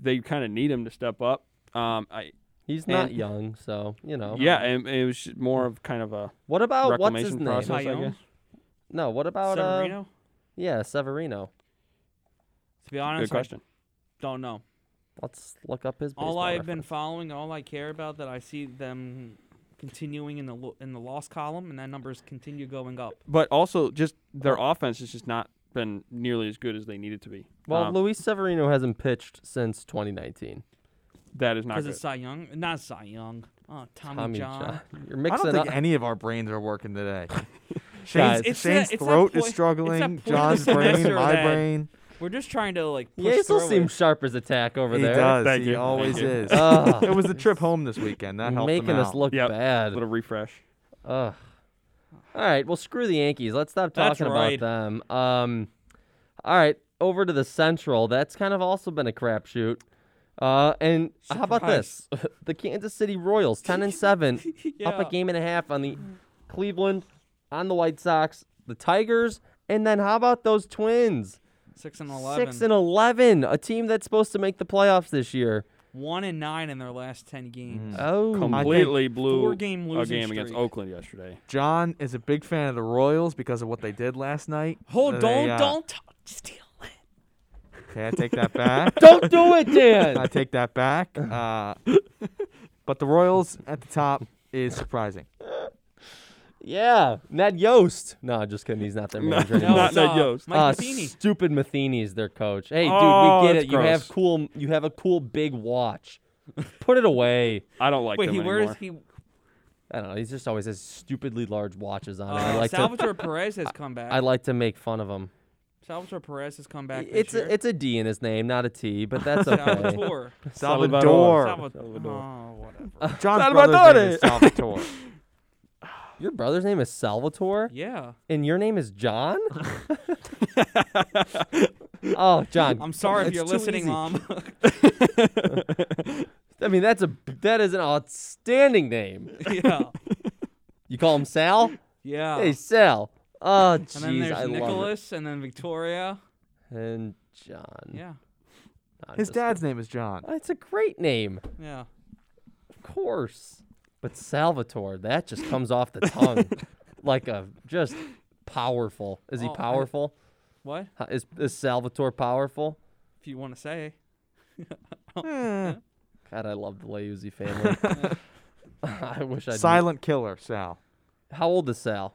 they kind of need him to step up. Um, I
He's not
and-
young, so you know.
yeah, and it was just more of kind of a
What about Oh, what's his
reclamation
name?
process. I
Tyone?
guess.
No, what about uh?
Severino?
Yeah, Severino.
to be
Good
honest, I
question.
don't know.
Let's look up his.
all
baseball
I've been
reference.
following, all I care about, that I see them continuing in the lo- in the loss column, and that numbers continue going up.
But also, just their offense has just not been nearly as good as they needed to be.
Well,
Um,
Luis Severino hasn't pitched since 2019.
that is not
Because
good.
it's Cy Young, not Cy Young, uh, Tommy,
Tommy
John.
You're
I
mixing
don't think
up.
any of our brains are working today.
Guys,
Shane's,
It's- it's
Shane's
that- it's that
throat
point-
is
it's that
struggling.
point
John's
of the
brain,
semester
my
that-
brain.
We're just trying to like push
Yays still
through
seems
it.
sharp as a tack over
He
there.
does.
Thank
he
you.
always
Thank you.
is.
Ugh.
it was the trip home this weekend that helped
making
him
us
out.
look
Yep.
bad.
little refresh.
Ugh. All right. Well, screw the Yankees. Let's stop
That's
talking
right.
about them. Um, all right. Over to the Central. That's kind of also been a crapshoot. Uh, and how about this? the Kansas City Royals, ten and seven, up
Yeah.
a game and a half on the Cleveland, on the White Sox, the Tigers, and then how about those Twins?
six and eleven,
Six and eleven, a team that's supposed to make the playoffs this year.
one and nine in their last ten games. Uh,
Oh,
Completely blew
four-game
a
losing
game against
streak.
Oakland yesterday.
John is a big fan of the Royals because of what they did last night.
Hold,
They,
don't,
uh,
don't talk, steal it.
Okay, I take that back.
don't do it,
I
Dan.
take that back. Uh, but the Royals at the top is surprising.
yeah, Ned Yost. No, just kidding. He's not their manager.
No,
anymore.
Not
it's,
that
uh,
Yost.
Mike
Uh,
Matheny.
Stupid Matheny is their coach. Hey, dude,
Oh,
we get
that's
it. You have
gross.
cool. You have a cool big watch. Put it away.
I don't like
Wait,
them
he
anymore.
wears he.
I don't know. He just always has stupidly large watches on.
Uh,
him. I like to.
Salvatore Perez has come back.
I like to make fun of him.
Salvatore Perez has come back.
It's
this year.
a, it's a D in his name, not a T, but that's okay.
Salvatore.
Salvador.
Salva-
Salvador.
Oh, whatever.
John's
Salvador.
brother's name is Salvatore.
Your brother's name is Salvatore,
Yeah.
and your name is John. oh, John.
I'm sorry if
it's
you're
too
listening,
easy.
Mom.
I mean, that's a that is an outstanding name.
yeah.
You call him Sal?
Yeah.
Hey, Sal. Oh,
and then
jeez,
there's
I love it.
Nicholas and then Victoria.
And John.
Yeah.
I'm
His
just-
dad's name is John.
It's a great name,
Yeah.
of course. But Salvatore, that just comes off the tongue, like a just powerful. Is he
Oh, I-
powerful?
What?
Ho- Is is Salvatore powerful?
If you want to say.
Eh,
God, I love the Leuzzi family. I wish I.
silent killer, Sal.
How old is Sal?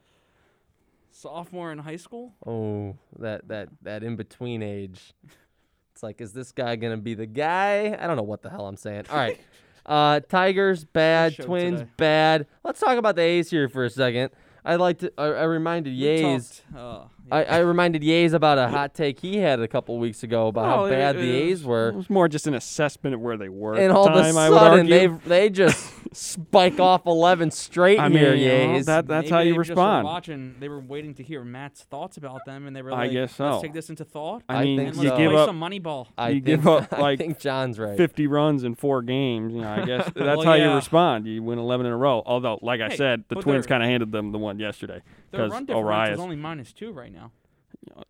Sophomore in high school?
Oh, that that that in between age. It's like, is this guy gonna be the guy? I don't know what the hell I'm saying. All right, uh, Tigers bad,
show
Twins
today.
bad. Let's talk about the A's here for a second. I like to. I, I reminded
We
Yays.
talked, Uh, yeah.
I, I reminded Yays about a hot take he had a couple weeks ago about how
Well, Oh, it-
uh,
bad
it
the A's
was-
were,
It was more just an assessment of where they were. at
and
the
all of a
time, I would
sudden they
argue.
they just spike off 11 straight
I
here.
mean, you know,
Yays.
that- that's
Maybe
how you
they just were
respond.
Watching, they were waiting to hear Matt's thoughts about them, and they were
I
like,
guess
"Let's
so.
take this into thought."
I
I
mean,
think
and
you
let's
give
play
up
some Moneyball.
I
you
think,
give up,
I
like,
think John's right.
50 runs in four games. You know, I guess that's
Well,
how you
yeah.
respond. You win 11 in a row. Although, like I
Hey,
said, the
but
Twins
their-
kind of handed them the one yesterday
Their
because
run difference
Arias.
is only minus two right now.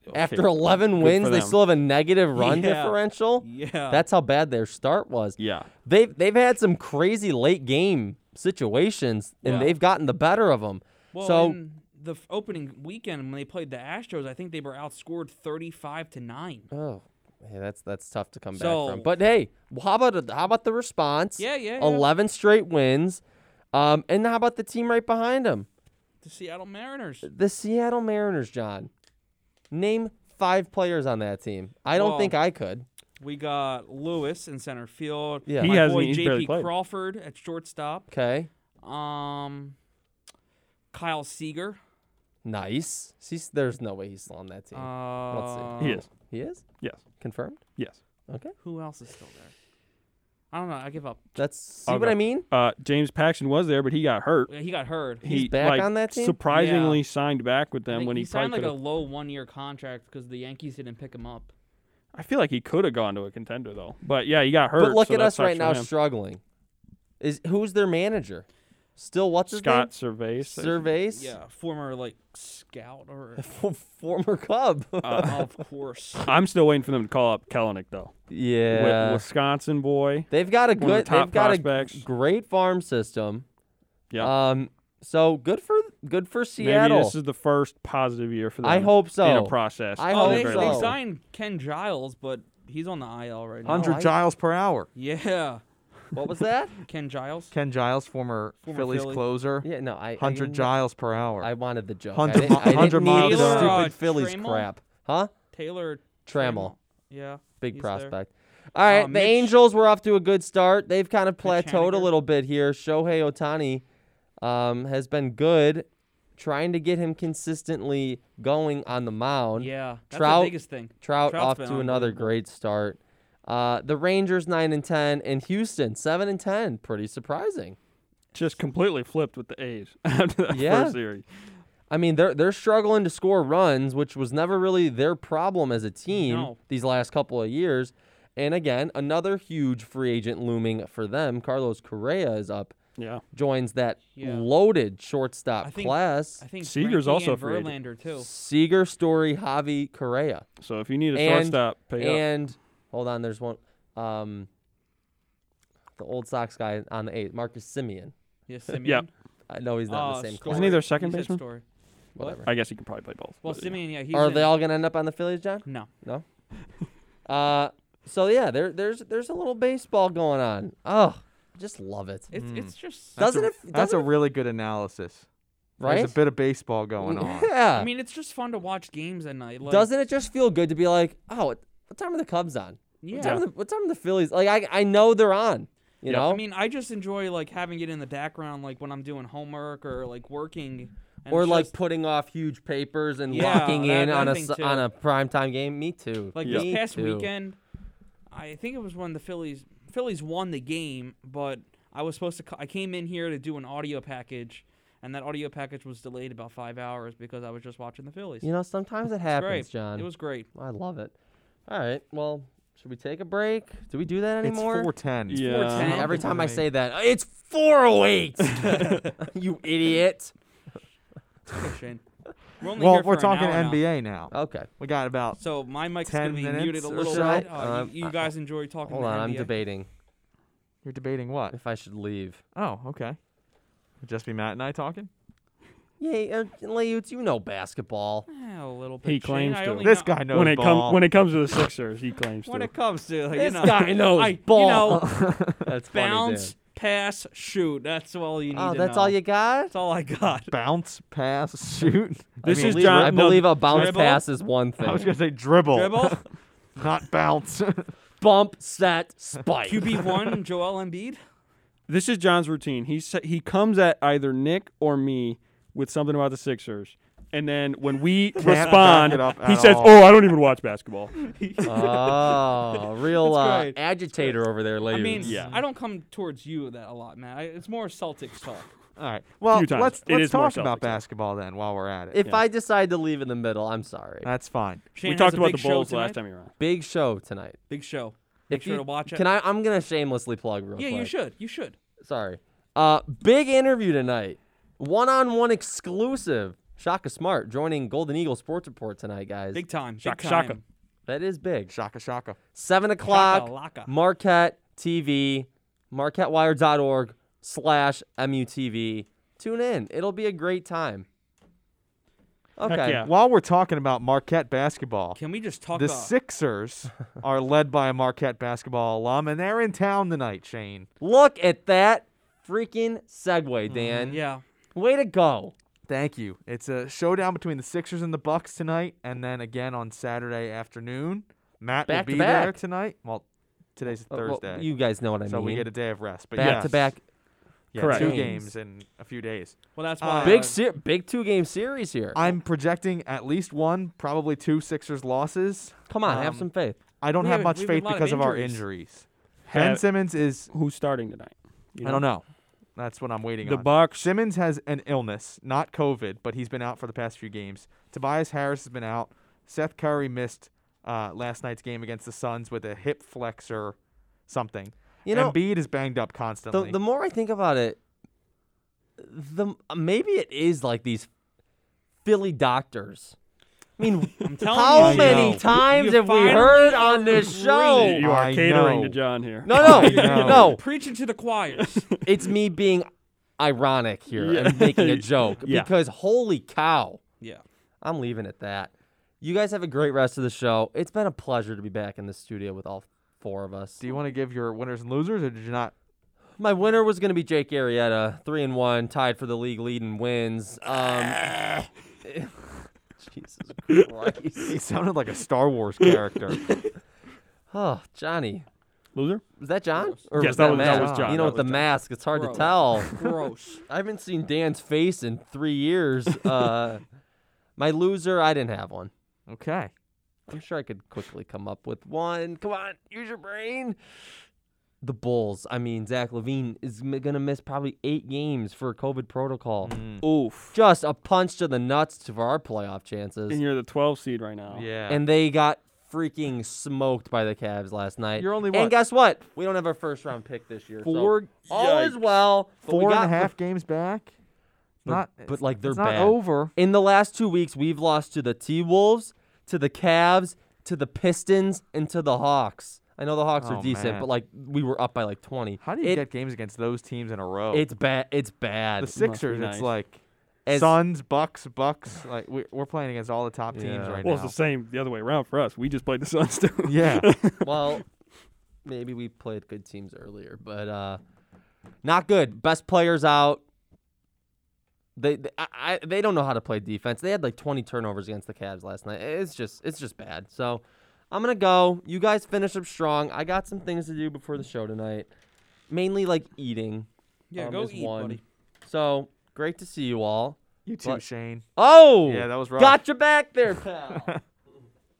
okay,
After 11
good
wins,
for
they
them.
still have a negative run
Yeah.
differential.
Yeah.
That's how bad their start was.
Yeah,
They've they've had some crazy late game situations, and
Well-
they've gotten the better of them.
Well,
so
in the f- opening weekend when they played the Astros, I think they were outscored thirty-five to nine.
oh, yeah, that's that's tough to come back from.
So-
But hey, how about how about the response?
Yeah, yeah, yeah.
11 straight wins. Um, and how about the team right behind them?
The Seattle Mariners.
The Seattle Mariners, John. Name five players on that team. I don't
Well,
think I could.
We got Lewis in center field.
Yeah.
He
My
hasn't-
boy
he's barely
JP
played.
Crawford at shortstop.
Okay.
Um, Kyle Seager.
Nice. He's, there's no way he's still on that team.
Uh,
he is.
he is?
Yes.
Confirmed?
Yes.
Okay.
Who else is still there? I don't know. I give up.
That's see
I'll
what
go.
I mean?
Uh, James Paxton was there, but he got hurt.
Yeah, He got hurt.
He's he,
back
like,
on that team?
Surprisingly, signed back with
I
them
think
when
he,
he,
signed
probably
like a
could've-
low one-year contract because the Yankees didn't pick him up.
I feel like he could have gone to a contender though. But yeah, he got hurt.
but look
so
at
that
us
sucks
right
for
now
him.
struggling. Is who's their manager? Still what's his
Scott
name?
Cervais.
Surveys?
Yeah, former like scout or uh,
Former Cub.
of course.
I'm still waiting for them to call up Kellenick though. Wi-
yeah.
Wisconsin boy.
They've got a
One of the
good
top
they've got
prospects.
a great farm system.
Yeah.
Um so good for good for
Maybe
Seattle.
this is the first positive year for them.
I hope
In a
so.
process.
I
oh,
hope
they,
Very
they
so.
well.
signed Ken Giles, but he's on the IL right now.
100
I-
Giles per hour.
Yeah,
what was that?
Ken Giles.
Ken Giles, former,
Former
Phillies
Philly.
closer.
Yeah, no, I I
100
didn't-
Giles per hour.
I wanted the joke.
Hundred
I didn't,
mi-
I didn't
hundred
need
miles
the
an hour.
stupid
Uh,
Phillies
Trammell?
crap. Huh?
Taylor
Trammell.
Yeah,
Big
he's there.
prospect. All right,
Uh,
the
Mitch-
Angels were off to a good start. They've kind of plateaued a
Haniger.
little bit here. Shohei Otani um, has been good, trying to get him consistently going on the mound.
Yeah, that's
Trout-
the biggest thing.
Trout
Trout's
off
been
to another
unbelievable.
great start. Uh, the Rangers nine and ten, and Houston seven and ten. Pretty surprising.
Just completely flipped with the A's after that
Yeah.
first series.
I mean, they're they're struggling to score runs, which was never really their problem as a team
No.
these last couple of years. And again, another huge free agent looming for them. Carlos Correa is up,
Yeah.
joins that
Yeah.
loaded shortstop
I think-
class.
I think
Seager's
Greinke
also a
and
free agent.
Verlander too.
Seager, Story, Javi, Correa,
So if you need a
And-
shortstop, pick up.
and hold on, there's one. Um, the old Sox guy on the eighth, Marcus Simeon.
Yes, Simeon.
I know he's not in
Uh,
the same
Story.
class.
Wasn't he their second
You said
baseman?
Story.
Whatever.
I guess he could probably play both.
Well,
but, yeah.
Simeon, yeah, he's
Are
in-
they all gonna end up on the Phillies, John?
No,
No. Uh, so yeah, there, there's there's a little baseball going on. Oh, just love it,
it's
Hmm.
it's just.
That's
doesn't
a,
it-
That's
doesn't
a
it-
really good analysis.
right?
There's a bit of baseball going on.
Yeah.
I mean, it's just fun to watch games at night. Like,
doesn't it just feel good to be like, oh, what, what time are the Cubs on? What time,
Yeah.
are the, what time are the Phillies? Like, I I know they're on. You
Yeah.
know,
I mean, I just enjoy like having it in the background, like when I'm doing homework or like working. and
or
it's
like
just-
putting off huge papers and
Yeah,
locking
that-
in
that
on a
thing
s-
too.
on a primetime game. Me too.
Like
Me
this past
too.
weekend, I think it was when the Phillies Phillies won the game, but I was supposed to. c- I came in here to do an audio package, and that audio package was delayed about five hours because I was just watching the Phillies.
You know, sometimes it
It's
happens,
great.
John.
It was great.
I love it. All right. Well, should we take a break? Do we do that
It's
anymore?
410.
Yeah.
410.
Every
Something
time Uh, I
like-
say that, "Uh, it's 408. you idiot.
Okay, Shane. We're only
Well,
here
we're
for an
talking
hour now.
NBA now.
Okay.
We got about
So my mic's gonna
10
be
minutes
muted a
or
little
so.
bit. Uh,
Um,
you, you guys enjoy talking.
Hold
to
on.
the
I'm
NBA.
debating
you're debating what?
if I should leave.
Oh, okay. Would just be Matt and I talking.
Yay, uh, Layuts, you know basketball.
Eh, a little bit.
He
Shane.
claims
I
to.
only
This
know-
guy knows
when it
ball.
comes when it comes to the Sixers, he claims
When
to.
it comes to like,
This
you know,
guy knows
I,
ball.
You know,
That's
bounce, pass, shoot. That's all you need.
Oh,
to
that's
know.
all you got?
That's all I got.
bounce, pass, shoot.
This
I
is
believe-
John.
I
no,
believe a bounce
dribble?
pass is one thing.
I was gonna say
Oh.
dribble,
Dribble,
not bounce.
Bump, set, spike.
QB one, Joel Embiid.
This is John's routine. He sa- he comes at either Nick or me with something about the Sixers, and then when we respond,
back it up
he
at
says,
all.
"Oh, I don't even watch basketball."
oh, real
That's
uh,
great.
agitator over there, Layuts.
I mean,
Yeah.
I don't come towards you that a lot, man. I, it's more Celtics talk.
All right. Well,
Few times.
let's
It
let's
is more
talk about
Celtics.
basketball then while we're at it.
if
Yeah.
I decide to leave in the middle, I'm sorry.
That's fine.
Shane
we
has
talked
a
about
big
the
show
Bulls
tonight.
last time you were on.
Big show tonight.
Big show. Make
If
sure
you-
to watch it.
Can I? I'm gonna shamelessly plug real
yeah,
quick.
you should. You should.
Sorry. Uh, big interview tonight. One-on-one exclusive. Shaka Smart joining Golden Eagle Sports Report tonight, guys.
Big time. Big
Shaka,
time.
shaka.
That is big.
Shaka shaka.
Seven o'clock.
Shakalaka.
Marquette TV. MarquetteWire.org slash MUTV. Tune in. It'll be a great time. Okay.
yeah.
While we're talking about Marquette basketball,
Can we just talk
the
about?
Sixers are led by a Marquette basketball alum, and they're in town tonight. Shane,
Look at that freaking segue, Dan.
yeah.
Way to go.
thank you. It's a showdown between the Sixers and the Bucks tonight, and then again on Saturday afternoon. Matt
Back to
will be there
back.
tonight. Well, today's
Uh, well,
Thursday,
you guys know what I
so
mean.
we get a day of rest. But
back
yes,
to back.
yeah,
Correct.
two
games.
games in a few days.
Well, that's
Uh,
why.
Big
uh,
ser- big two game series here.
I'm projecting at least one, probably two Sixers losses.
Come on, have
Um,
some faith.
I don't
We
have
have-
much
we have a
faith
lot of
because of our
injuries.
injuries. Ben
Have-
Simmons is.
Who's starting tonight? You
I don't know. That's what I'm waiting
The
on.
Bucks.
Simmons has an illness, not COVID, but he's been out for the past few games. Tobias Harris has been out. Seth Curry missed uh, last night's game against the Suns with a hip flexor, something.
You know,
Embiid is banged up
the,
constantly.
the more I think about it, the uh, maybe it is like these Philly doctors. I mean,
I'm telling you.
how
you,
many
know.
times
You
have we
finally
heard on this
You-
show?
you are
I
catering
know.
to John here.
No, no,
know.
no.
Preaching to the choirs.
It's me being ironic here
Yeah.
and making a joke
Yeah.
because holy cow.
yeah.
I'm leaving it that. You guys have a great rest of the show. It's been a pleasure to be back in the studio with all four of us.
Do you want to give your winners and losers, or did you not?
My winner was going to be Jake Arrieta, three and one, tied for the league lead in wins. Um, Jesus Christ!
He sounded like a Star Wars character.
Oh, Johnny,
Loser?
was that John? Or
Yes, that was- that
Matt?
was John,
You know,
that
with the
was John.
mask, it's hard
Gross.
to tell.
Gross.
I haven't seen Dan's face in three years. Uh, my loser, I didn't have one.
okay.
I'm sure I could quickly come up with one. Come on, use your brain. The Bulls. I mean, Zach Levine is m- gonna miss probably eight games for COVID protocol.
Mm-hmm.
Mm.
Oof.
Just a punch to the nuts to for our playoff chances.
And you're the 12 seed right now.
Yeah.
And they got freaking smoked by the Cavs last night.
You're only
And
what?
guess what? We don't have our first round pick this year. so
Four-
all is well. but we
four and a
got-
half games back.
But-
not,
but, like, they're
it's not
bad.
over.
In the last two weeks, we've lost to the T Wolves, to the Cavs, to the Pistons, and to the Hawks. I know the Hawks
Oh,
are decent,
man.
but like we were up by like twenty.
How do you
It-
get games against those teams in a row?
It's bad. It's bad.
Oh. the Sixers.
be
It's
nice.
like
As-
Suns, Bucks, Bucks. Like we're, we're playing against all the top teams
Yeah.
right
Well,
now.
it's the same the other way around for us. We just played the Suns too.
yeah.
well, maybe we played good teams earlier, but uh, not good. Best players out. They, they, I, I, they don't know how to play defense. They had like 20 turnovers against the Cavs last night. It's just, it's just bad. So, I'm gonna go. You guys finish up strong. I got some things to do before the show tonight, mainly like eating.
Yeah,
um,
go
is
eat,
one.
buddy.
So great to see you all.
you too,
But-
Shane.
Oh,
Yeah, that was rough.
Got you back there, pal.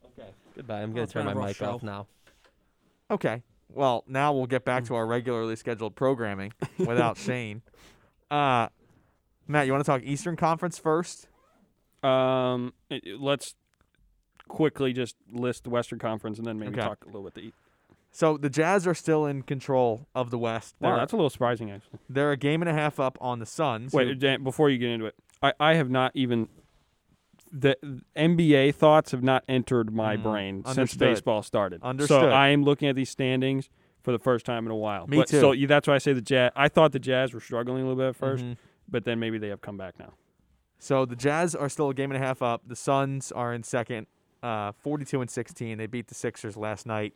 okay, goodbye. I'm gonna
it's
turn
been
my
a rough
mic
show.
off now.
Okay. Well, now we'll get
Mm.
back to our regularly scheduled programming without Shane. Uh, Matt, you want to talk Eastern Conference first?
Um, it- it- let's quickly just list the Western Conference and then maybe
Okay.
talk a little bit. The, E
So the Jazz are still in control of the West.
wow,
They're,
that's a little surprising actually.
they're a game and a half up on the Suns. who-
Wait, Dan, before you get into it, I, I have not even the NBA thoughts have not entered my
Mm,
brain since
understood.
baseball started. So
Understood.
I am looking at these standings for the first time in a while.
Me
But- So
too.
you- that's why I say the Jazz. I thought the Jazz were struggling a little bit at 1st
Mhm.
but then maybe they have come back now.
So the Jazz are still a game and a half up. The Suns are in second, uh, 42 and 16. They beat the Sixers last night.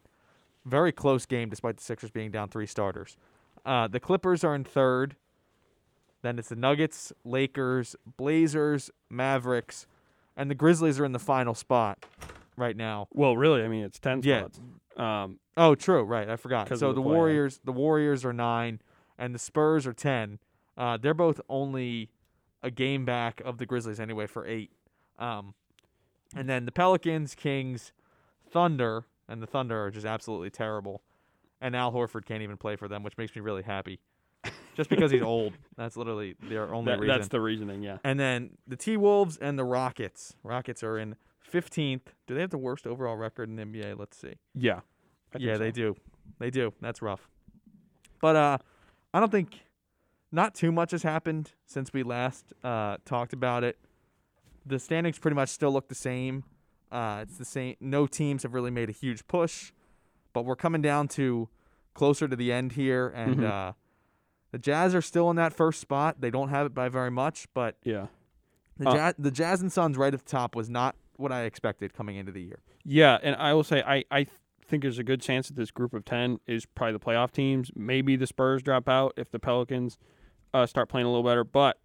Very close game, despite the Sixers being down three starters. Uh, the Clippers are in third. Then it's the Nuggets, Lakers, Blazers, Mavericks, and the Grizzlies are in the final spot right now.
Well, really, I mean it's ten
Yeah.
spots. Um,
Oh, true, right? I forgot.
'Cause
So
of
the,
the play, huh?
Warriors, the Warriors are nine, and the Spurs are ten. Uh, they're both only a game back of the Grizzlies anyway for eight. Um, and then the Pelicans, Kings, Thunder, and the Thunder are just absolutely terrible. And Al Horford can't even play for them, which makes me really happy, just because he's old. That's literally their only
that-
reason.
that's the reasoning. Yeah.
and then the T Wolves and the Rockets. Rockets are in fifteenth. Do they have the worst overall record in the NBA? Let's see
Yeah. I think
yeah,
so.
they do. They do. That's rough. But uh, I don't think not too much has happened since we last uh, talked about it. The standings pretty much still look the same. Uh, it's the same. No teams have really made a huge push, but we're coming down to closer to the end here, and
Mm-hmm.
uh, the Jazz are still in that first spot. They don't have it by very much, but
Yeah.
the
Uh,
Jazz, the Jazz and Suns right at the top was not what I expected coming into the year.
Yeah, and I will say I I th- think there's a good chance that this group of ten is probably the playoff teams. Maybe the Spurs drop out if the Pelicans uh, start playing a little better, but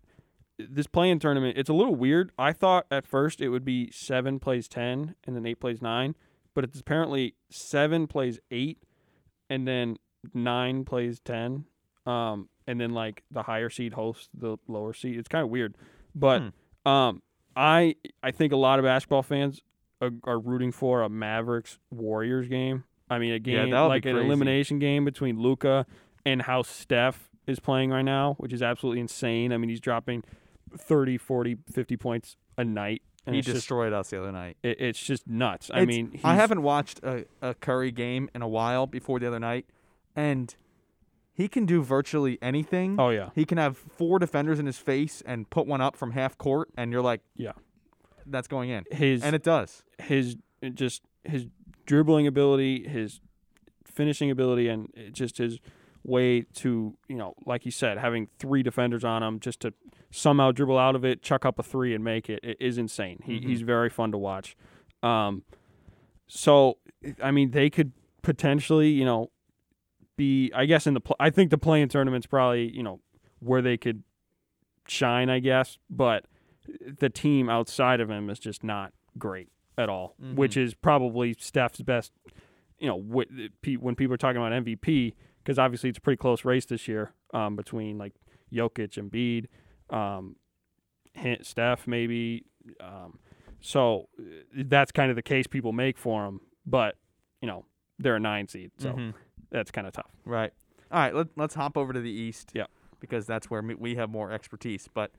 this play-in tournament it's a little weird. I thought at first it would be seven plays ten and then eight plays nine, but it's apparently seven plays eight and then nine plays ten, um, and then like the higher seed hosts the lower seed. It's kind of weird, but
Hmm.
um, I I think a lot of basketball fans are, are rooting for a Mavericks Warriors game I mean, a
Yeah,
game
that would be
like an
crazy.
elimination game between Luca and how Steph is playing right now, which is absolutely insane. I mean, he's dropping 30, 40, 50 points a night. And
he
it's just
destroyed us the other night.
it, it's just nuts. I
It's-
mean, he's,
I haven't watched a, a Curry game in a while before the other night, and he can do virtually anything.
Oh yeah,
He can have four defenders in his face and put one up from half court, and you're like,
yeah.
that's going in.
His
And it does.
his it just his dribbling ability, his finishing ability, and it just his way to you know, like you said, having three defenders on him just to somehow dribble out of it, chuck up a three, and make it, it is insane.
Mm-hmm.
He, He's very fun to watch. Um, so I mean, they could potentially you know be I guess in the pl- I think the playing tournament's probably you know where they could shine, I guess, but the team outside of him is just not great at all, which is probably Steph's best. You know, wh- pe- when people are talking about MVP, because obviously it's a pretty close race this year um, between like Jokic and Bede, um, hint Steph maybe. Um, so uh, that's kind of the case people make for him, but you know they're a nine seed, so that's kind of tough.
Right. All right. Let, let's hop over to the East.
Yep.
Because that's where me- we have more expertise. But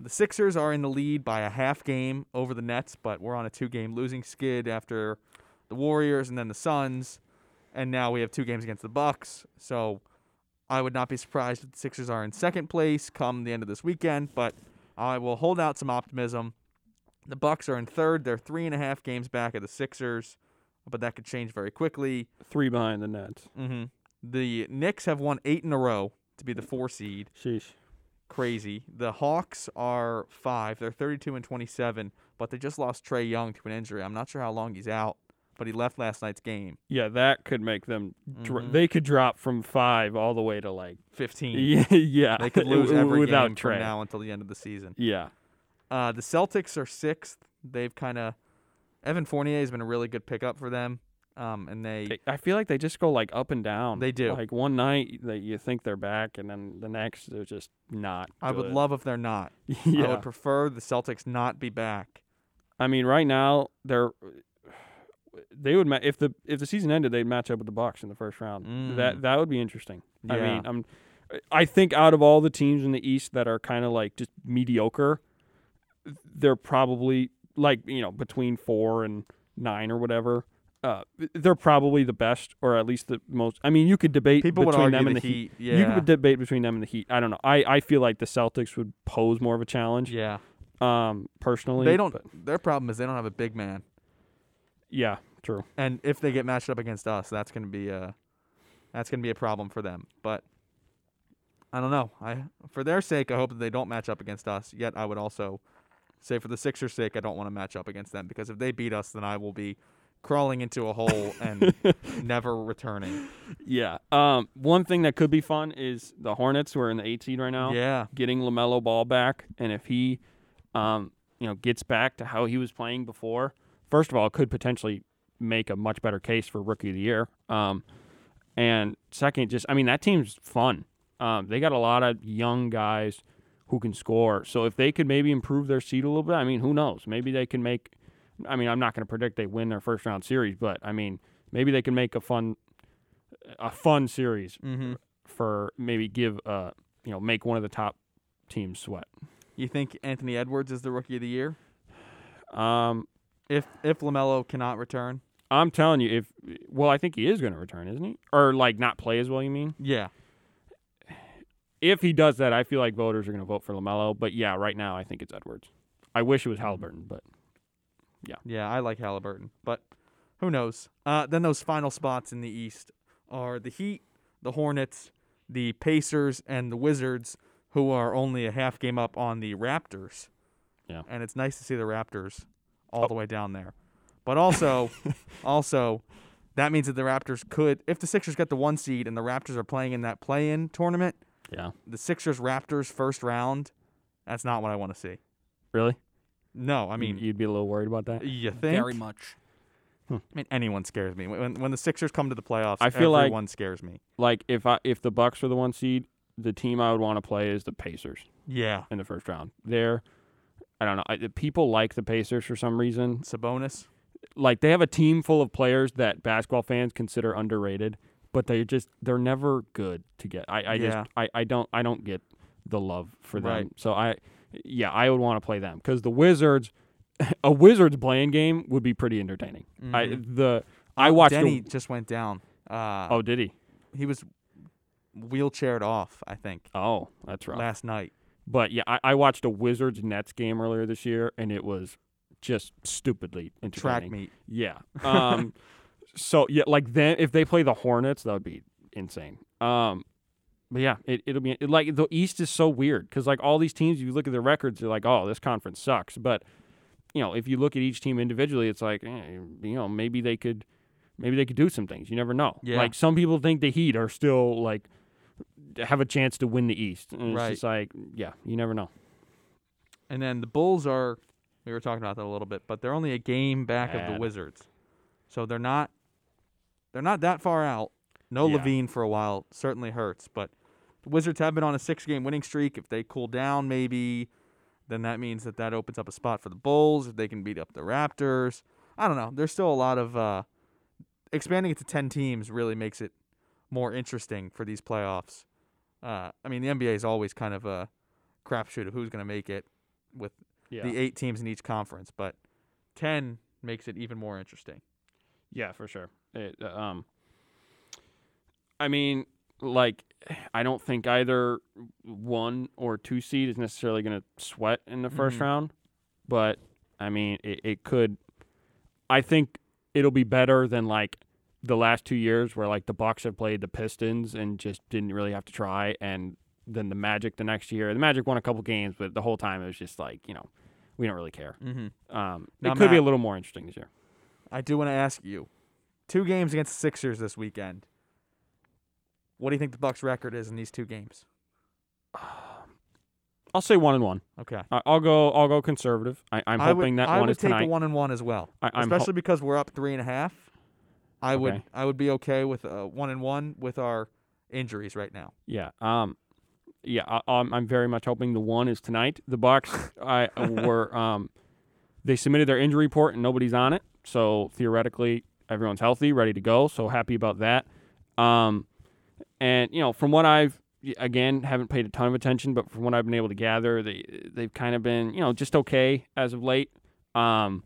the Sixers are in the lead by a half game over the Nets, but we're on a two game losing skid after the Warriors and then the Suns. And now we have two games against the Bucks. So I would not be surprised if the Sixers are in second place come the end of this weekend, but I will hold out some optimism. The Bucks are in third. They're three and a half games back of the Sixers, but that could change very quickly.
Three behind the Nets.
Mm-hmm. The Knicks have won eight in a row to be the four seed.
Sheesh.
Crazy. The Hawks are five. They're 32 and 27, but they just lost Trey Young to an injury. I'm not sure how long he's out, but he left last night's game.
Yeah, that could make them. Dr-
Mm-hmm.
They could drop from five all the way to like
15.
yeah, yeah.
They could lose every
without
game
Trey.
from now until the end of the season.
Yeah,
Uh, the Celtics are sixth. They've kind of Evan Fournier has been a really good pickup for them, um, and they
They- I feel like they just go like up and down.
They do.
Like one night that you think they're back, and then the next they're just not.
I would
good.
love if they're not.
yeah.
I would prefer the Celtics not be back.
I mean, right now they're they would ma- if the if the season ended, they'd match up with the Bucks in the first round. That that would be interesting. I
Mm. Yeah.
mean, I'm I think out of all the teams in the East that are kind of like just mediocre, they're probably like you know between four and nine or whatever. Uh, they're probably the best, or at least the most. I mean, you could debate
People would
between
argue
them and
the
the Heat.
Heat,
You
yeah.
could debate between them and the Heat. I don't know. I, I feel like the Celtics would pose more of a challenge.
Yeah,
Um, personally,
they don't.
but-
Their problem is they don't have a big man.
yeah, true.
and if they get matched up against us, that's gonna be a that's gonna be a problem for them. But I don't know. I for their sake, I hope that they don't match up against us. Yet I would also say for the Sixers' sake, I don't want to match up against them because if they beat us, then I will be crawling into a hole and never returning.
Yeah. Um, one thing that could be fun is the Hornets who are in the 18 right now.
Yeah.
Getting Lamelo Ball back, and if he, um, you know, gets back to how he was playing before, first of all, it could potentially make a much better case for Rookie of the Year. Um, and second, just I mean that team's fun. Um, they got a lot of young guys who can score. So if they could maybe improve their seed a little bit, I mean, who knows? Maybe they can make. I mean, I'm not going to predict they win their first round series, but I mean, maybe they can make a fun, a fun series
Mm-hmm.
for maybe give uh you know make one of the top teams sweat.
You think Anthony Edwards is the rookie of the year
Um,
if if Lamelo cannot return?
I'm telling you, if well, I think he is going to return, isn't he? Or like not play as well? You mean?
Yeah.
If he does that, I feel like voters are going to vote for Lamelo. But yeah, right now I think it's Edwards. I wish it was Halliburton, but
Yeah, I like Halliburton, but who knows? Uh, then those final spots in the East are the Heat, the Hornets, the Pacers, and the Wizards, who are only a half game up on the Raptors.
Yeah.
and it's nice to see the Raptors all the way down there, but also, also. That means that the Raptors could, if the Sixers get the one seed and the Raptors are playing in that play-in tournament,
yeah,
the Sixers Raptors first round. That's not what I want to see.
really.
No, I mean,
you'd be a little worried about that.
you think
Very much.
I mean, anyone scares me. When when the Sixers come to the playoffs,
I feel like-
everyone scares me.
Like if I if the Bucks were the one seed, the team I would want to play is the Pacers
Yeah,
in the first round. They're I don't know. I, the people like the Pacers for some reason.
Sabonis.
like they have a team full of players that basketball fans consider underrated, but they just they're never good to get. I, I
Yeah.
just I, I don't I don't get the love for them.
Right.
So I yeah, I would want to play them because the Wizards a Wizards playing game would be pretty entertaining. I the I watched a-
Mm-hmm. Oh, Denny just went down. Uh,
Oh, did he?
he was wheelchaired off, I think,
Oh, that's rough.
last night.
But yeah, I, I watched a Wizards Nets game earlier this year, and it was just stupidly
Track
entertaining.
meet.
Yeah. Um. so yeah, like then if they play the Hornets, that would be insane. Um. But yeah, it, it'll be it, like the East is so weird because like all these teams, you look at their records, you're like, oh, this conference sucks. But you know, if you look at each team individually, it's like, eh, you know, maybe they could, maybe they could do some things. You never know.
Yeah.
Like some people think the Heat are still like have a chance to win the East. And
Right.
It's just like, yeah, you never know.
And then the Bulls are, we were talking about that a little bit, but they're only a game back of the
Bad.
Wizards. So they're not, they're not that far out. No
Yeah.
Levine for a while certainly hurts, but the Wizards have been on a six-game winning streak. If they cool down, maybe, then that means that that opens up a spot for the Bulls. If they can beat up the Raptors, I don't know. There's still a lot of uh, expanding it to ten teams really makes it more interesting for these playoffs. Uh, I mean, the NBA is always kind of a crapshoot of who's going to make it with
Yeah.
the eight teams in each conference, but 10 makes it even more interesting.
Yeah, for sure. It, uh, um, I mean, like, I don't think either one or two seed is necessarily going to sweat in the 1st
Mhm.
round, but I mean, it, it could. I think it'll be better than like the last two years where like the Bucks have played the Pistons and just didn't really have to try, and then the Magic the next year. The Magic won a couple games, but the whole time it was just like you know, we don't really care.
Mm-hmm.
Um,
Now,
it could be a
Matt-
little more interesting this year.
I do want to ask you two games against the Sixers this weekend. What do you think the Bucks record is in these two games?
I'll say one and one.
Okay.
I- I'll go. I'll go conservative. I, I'm
I would-
hoping that
I
one
would
is
take
tonight.
a one and one as well,
I- I'm ho-
especially because we're up three and a half. I would
Okay.
I would be okay with a one and one with our injuries right now.
yeah. Um. Yeah. I, I'm, I'm very much hoping the one is tonight. The Bucks. I were. Um. They submitted their injury report and nobody's on it. So theoretically, everyone's healthy, ready to go. So happy about that. Um. And you know, from what I've y- again haven't paid a ton of attention, but from what I've been able to gather, they they've kind of been you know just okay as of late. Um.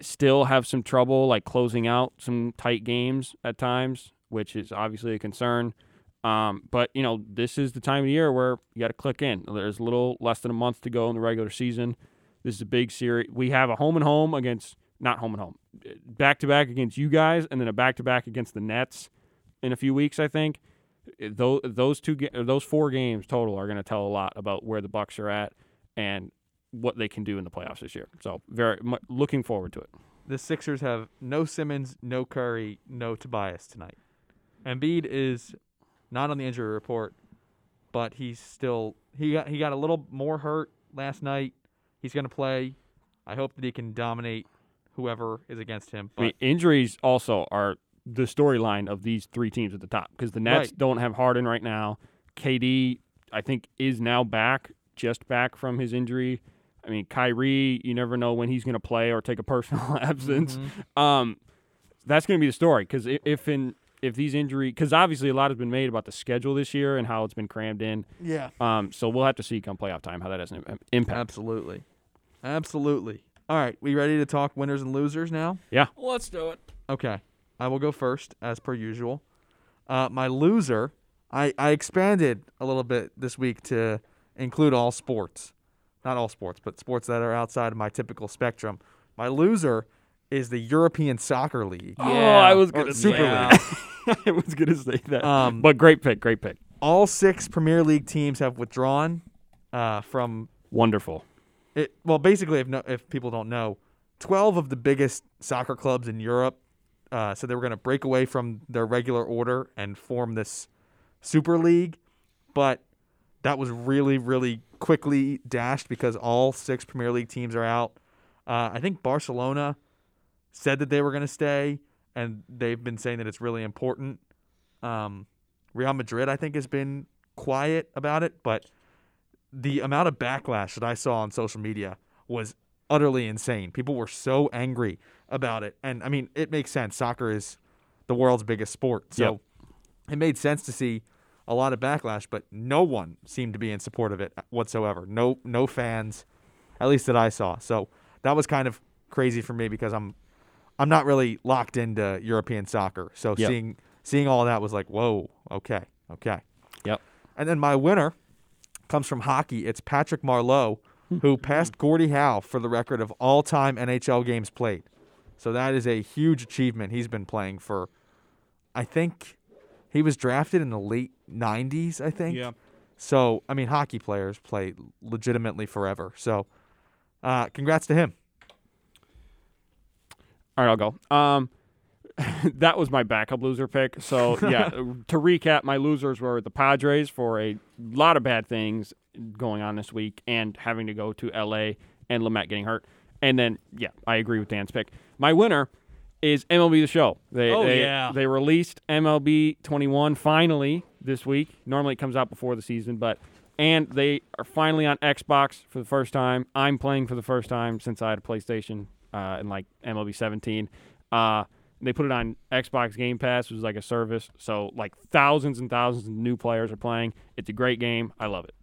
still have some trouble like closing out some tight games at times, which is obviously a concern. Um, but you know, this is the time of year where you got to click in. There's a little less than a month to go in the regular season. This is a big series. We have a home and home against not home and home, back to back against you guys, and then a back to back against the Nets in a few weeks. I think those those two ga- or those four games total are going to tell a lot about where the Bucks are at and what they can do in the playoffs this year. So very mu looking forward to it.
the Sixers have no Simmons, no Curry, no Tobias tonight. Embiid is not on the injury report, but he's still he got he got a little more hurt last night. He's going to play. I hope that he can dominate whoever is against him.
I
But
mean, injuries also are the storyline of these three teams at the top because the Nets
Right.
don't have Harden right now. KD, I think, is now back, just back from his injury. I mean, Kyrie, you never know when he's going to play or take a personal absence.
Mm-hmm.
Um, that's going to be the story because if in if these injury because obviously a lot has been made about the schedule this year and how it's been crammed in.
yeah,
Um, so we'll have to see come playoff time how that has an im- impact.
absolutely, absolutely. All right, we ready to talk winners and losers now?
Let's do it.
Okay. I will go first, as per usual. Uh, my loser, I, I expanded a little bit this week to include all sports. Not all sports, but sports that are outside of my typical spectrum. My loser is the European Soccer League.
Oh, I was
Or
going to
Super
say uh,
League.
that. I was going to say that.
Um,
but great pick, great pick.
All six Premier League teams have withdrawn uh, from
Wonderful.
it well basically if no, if people don't know 12 of the biggest soccer clubs in Europe uh, said they were going to break away from their regular order and form this super league but that was really really quickly dashed because all six premier league teams are out uh, i think barcelona said that they were going to stay and they've been saying that it's really important um, real madrid i think has been quiet about it but the amount of backlash that I saw on social media was utterly insane. People were so angry about it. And I mean, it makes sense. Soccer is the world's biggest sport. So
Yep.
it made sense to see a lot of backlash, but no one seemed to be in support of it whatsoever. No no fans, at least that I saw. So that was kind of crazy for me because I'm I'm not really locked into European soccer. So
Yep.
seeing seeing all that was like, whoa, okay, okay.
Yep.
And then my winner comes from hockey. It's Patrick Marlowe, who passed Gordie Howe for the record of all time NHL games played. So that is a huge achievement. He's been playing for, I think, he was drafted in the late 90s, I think.
Yeah.
So, I mean, hockey players play legitimately forever. So, uh, congrats to him.
All right, I'll go. Um, that was my backup loser pick. So yeah, to recap, my losers were the Padres for a lot of bad things going on this week and having to go to LA and Lamette getting hurt. And then yeah, I agree with Dan's pick. My winner is MLB The Show. They
Oh,
they,
yeah.
they released MLB 21 finally this week. Normally it comes out before the season, but and they are finally on Xbox for the first time. I'm playing for the first time since I had a PlayStation uh, in like MLB 17. Uh, they put it on Xbox Game Pass, which is like a service. So like thousands and thousands of new players are playing. It's a great game. I love it.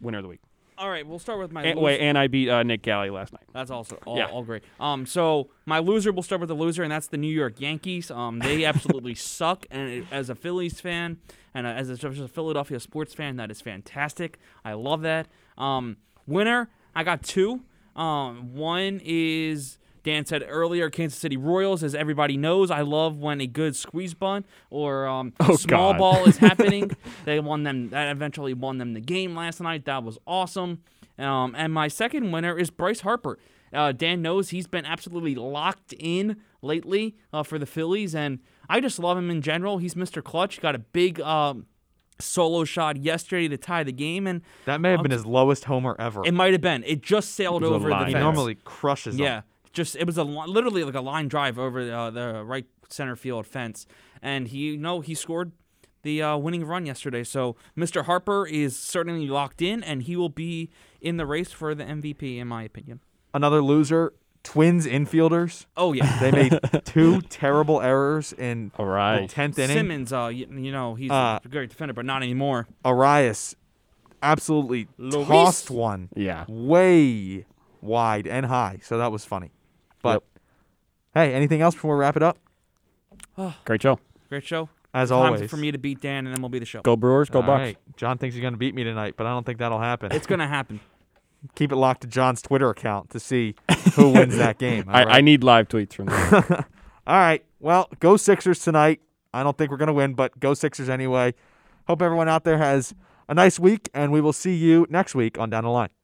Winner of the week.
All right, we'll start with my
And,
loser.
wait, and I beat uh, Nick Galley last night.
That's also all,
Yeah.
all great. Um, so my loser, we'll start with the loser, and that's the New York Yankees. Um, they absolutely suck, and it- as a Phillies fan and uh, as a, as a Philadelphia sports fan, that is fantastic. I love that. Um, winner, I got two. Um, one is Dan said earlier, Kansas City Royals. As everybody knows, I love when a good squeeze bun or um, small
God.
ball is happening. they won them. That eventually won them the game last night. That was awesome. Um, and my second winner is Bryce Harper. Uh, Dan knows he's been absolutely locked in lately uh, for the Phillies, and I just love him in general. He's Mr. Clutch. Got a big um, solo shot yesterday to tie the game, and
That may have been his lowest homer ever.
it might have been. It just sailed
was a
over the
line.
He
fence.
Yes.
normally crushes them.
Yeah, just it was a li- literally like a line drive over uh, the right center field fence, and he you know he scored the uh, winning run yesterday. So Mr. Harper is certainly locked in, and he will be in the race for the MVP, in my opinion.
Another loser, Twins infielders.
Oh yeah,
They made two terrible errors in
All right.
the 10th inning.
Simmons, uh, you, you know he's
Uh,
a great defender, but not anymore.
Arias absolutely tossed one
Yeah.
way wide and high. So that was funny. But hey, anything else before we wrap it up?
Great show.
Great show.
As
Time
always,
for me to beat Dan, and then we'll be the show.
Go Brewers. Go
All
Bucks.
right. John thinks he's going to beat me tonight, but I don't think that'll happen.
It's gonna happen.
Keep it locked to John's Twitter account to see who wins that game. all
I, I
right?
need live tweets from them.
All right. Well, go Sixers tonight. I don't think we're going to win, but go Sixers anyway. Hope everyone out there has a nice week, and we will see you next week on Down the Line.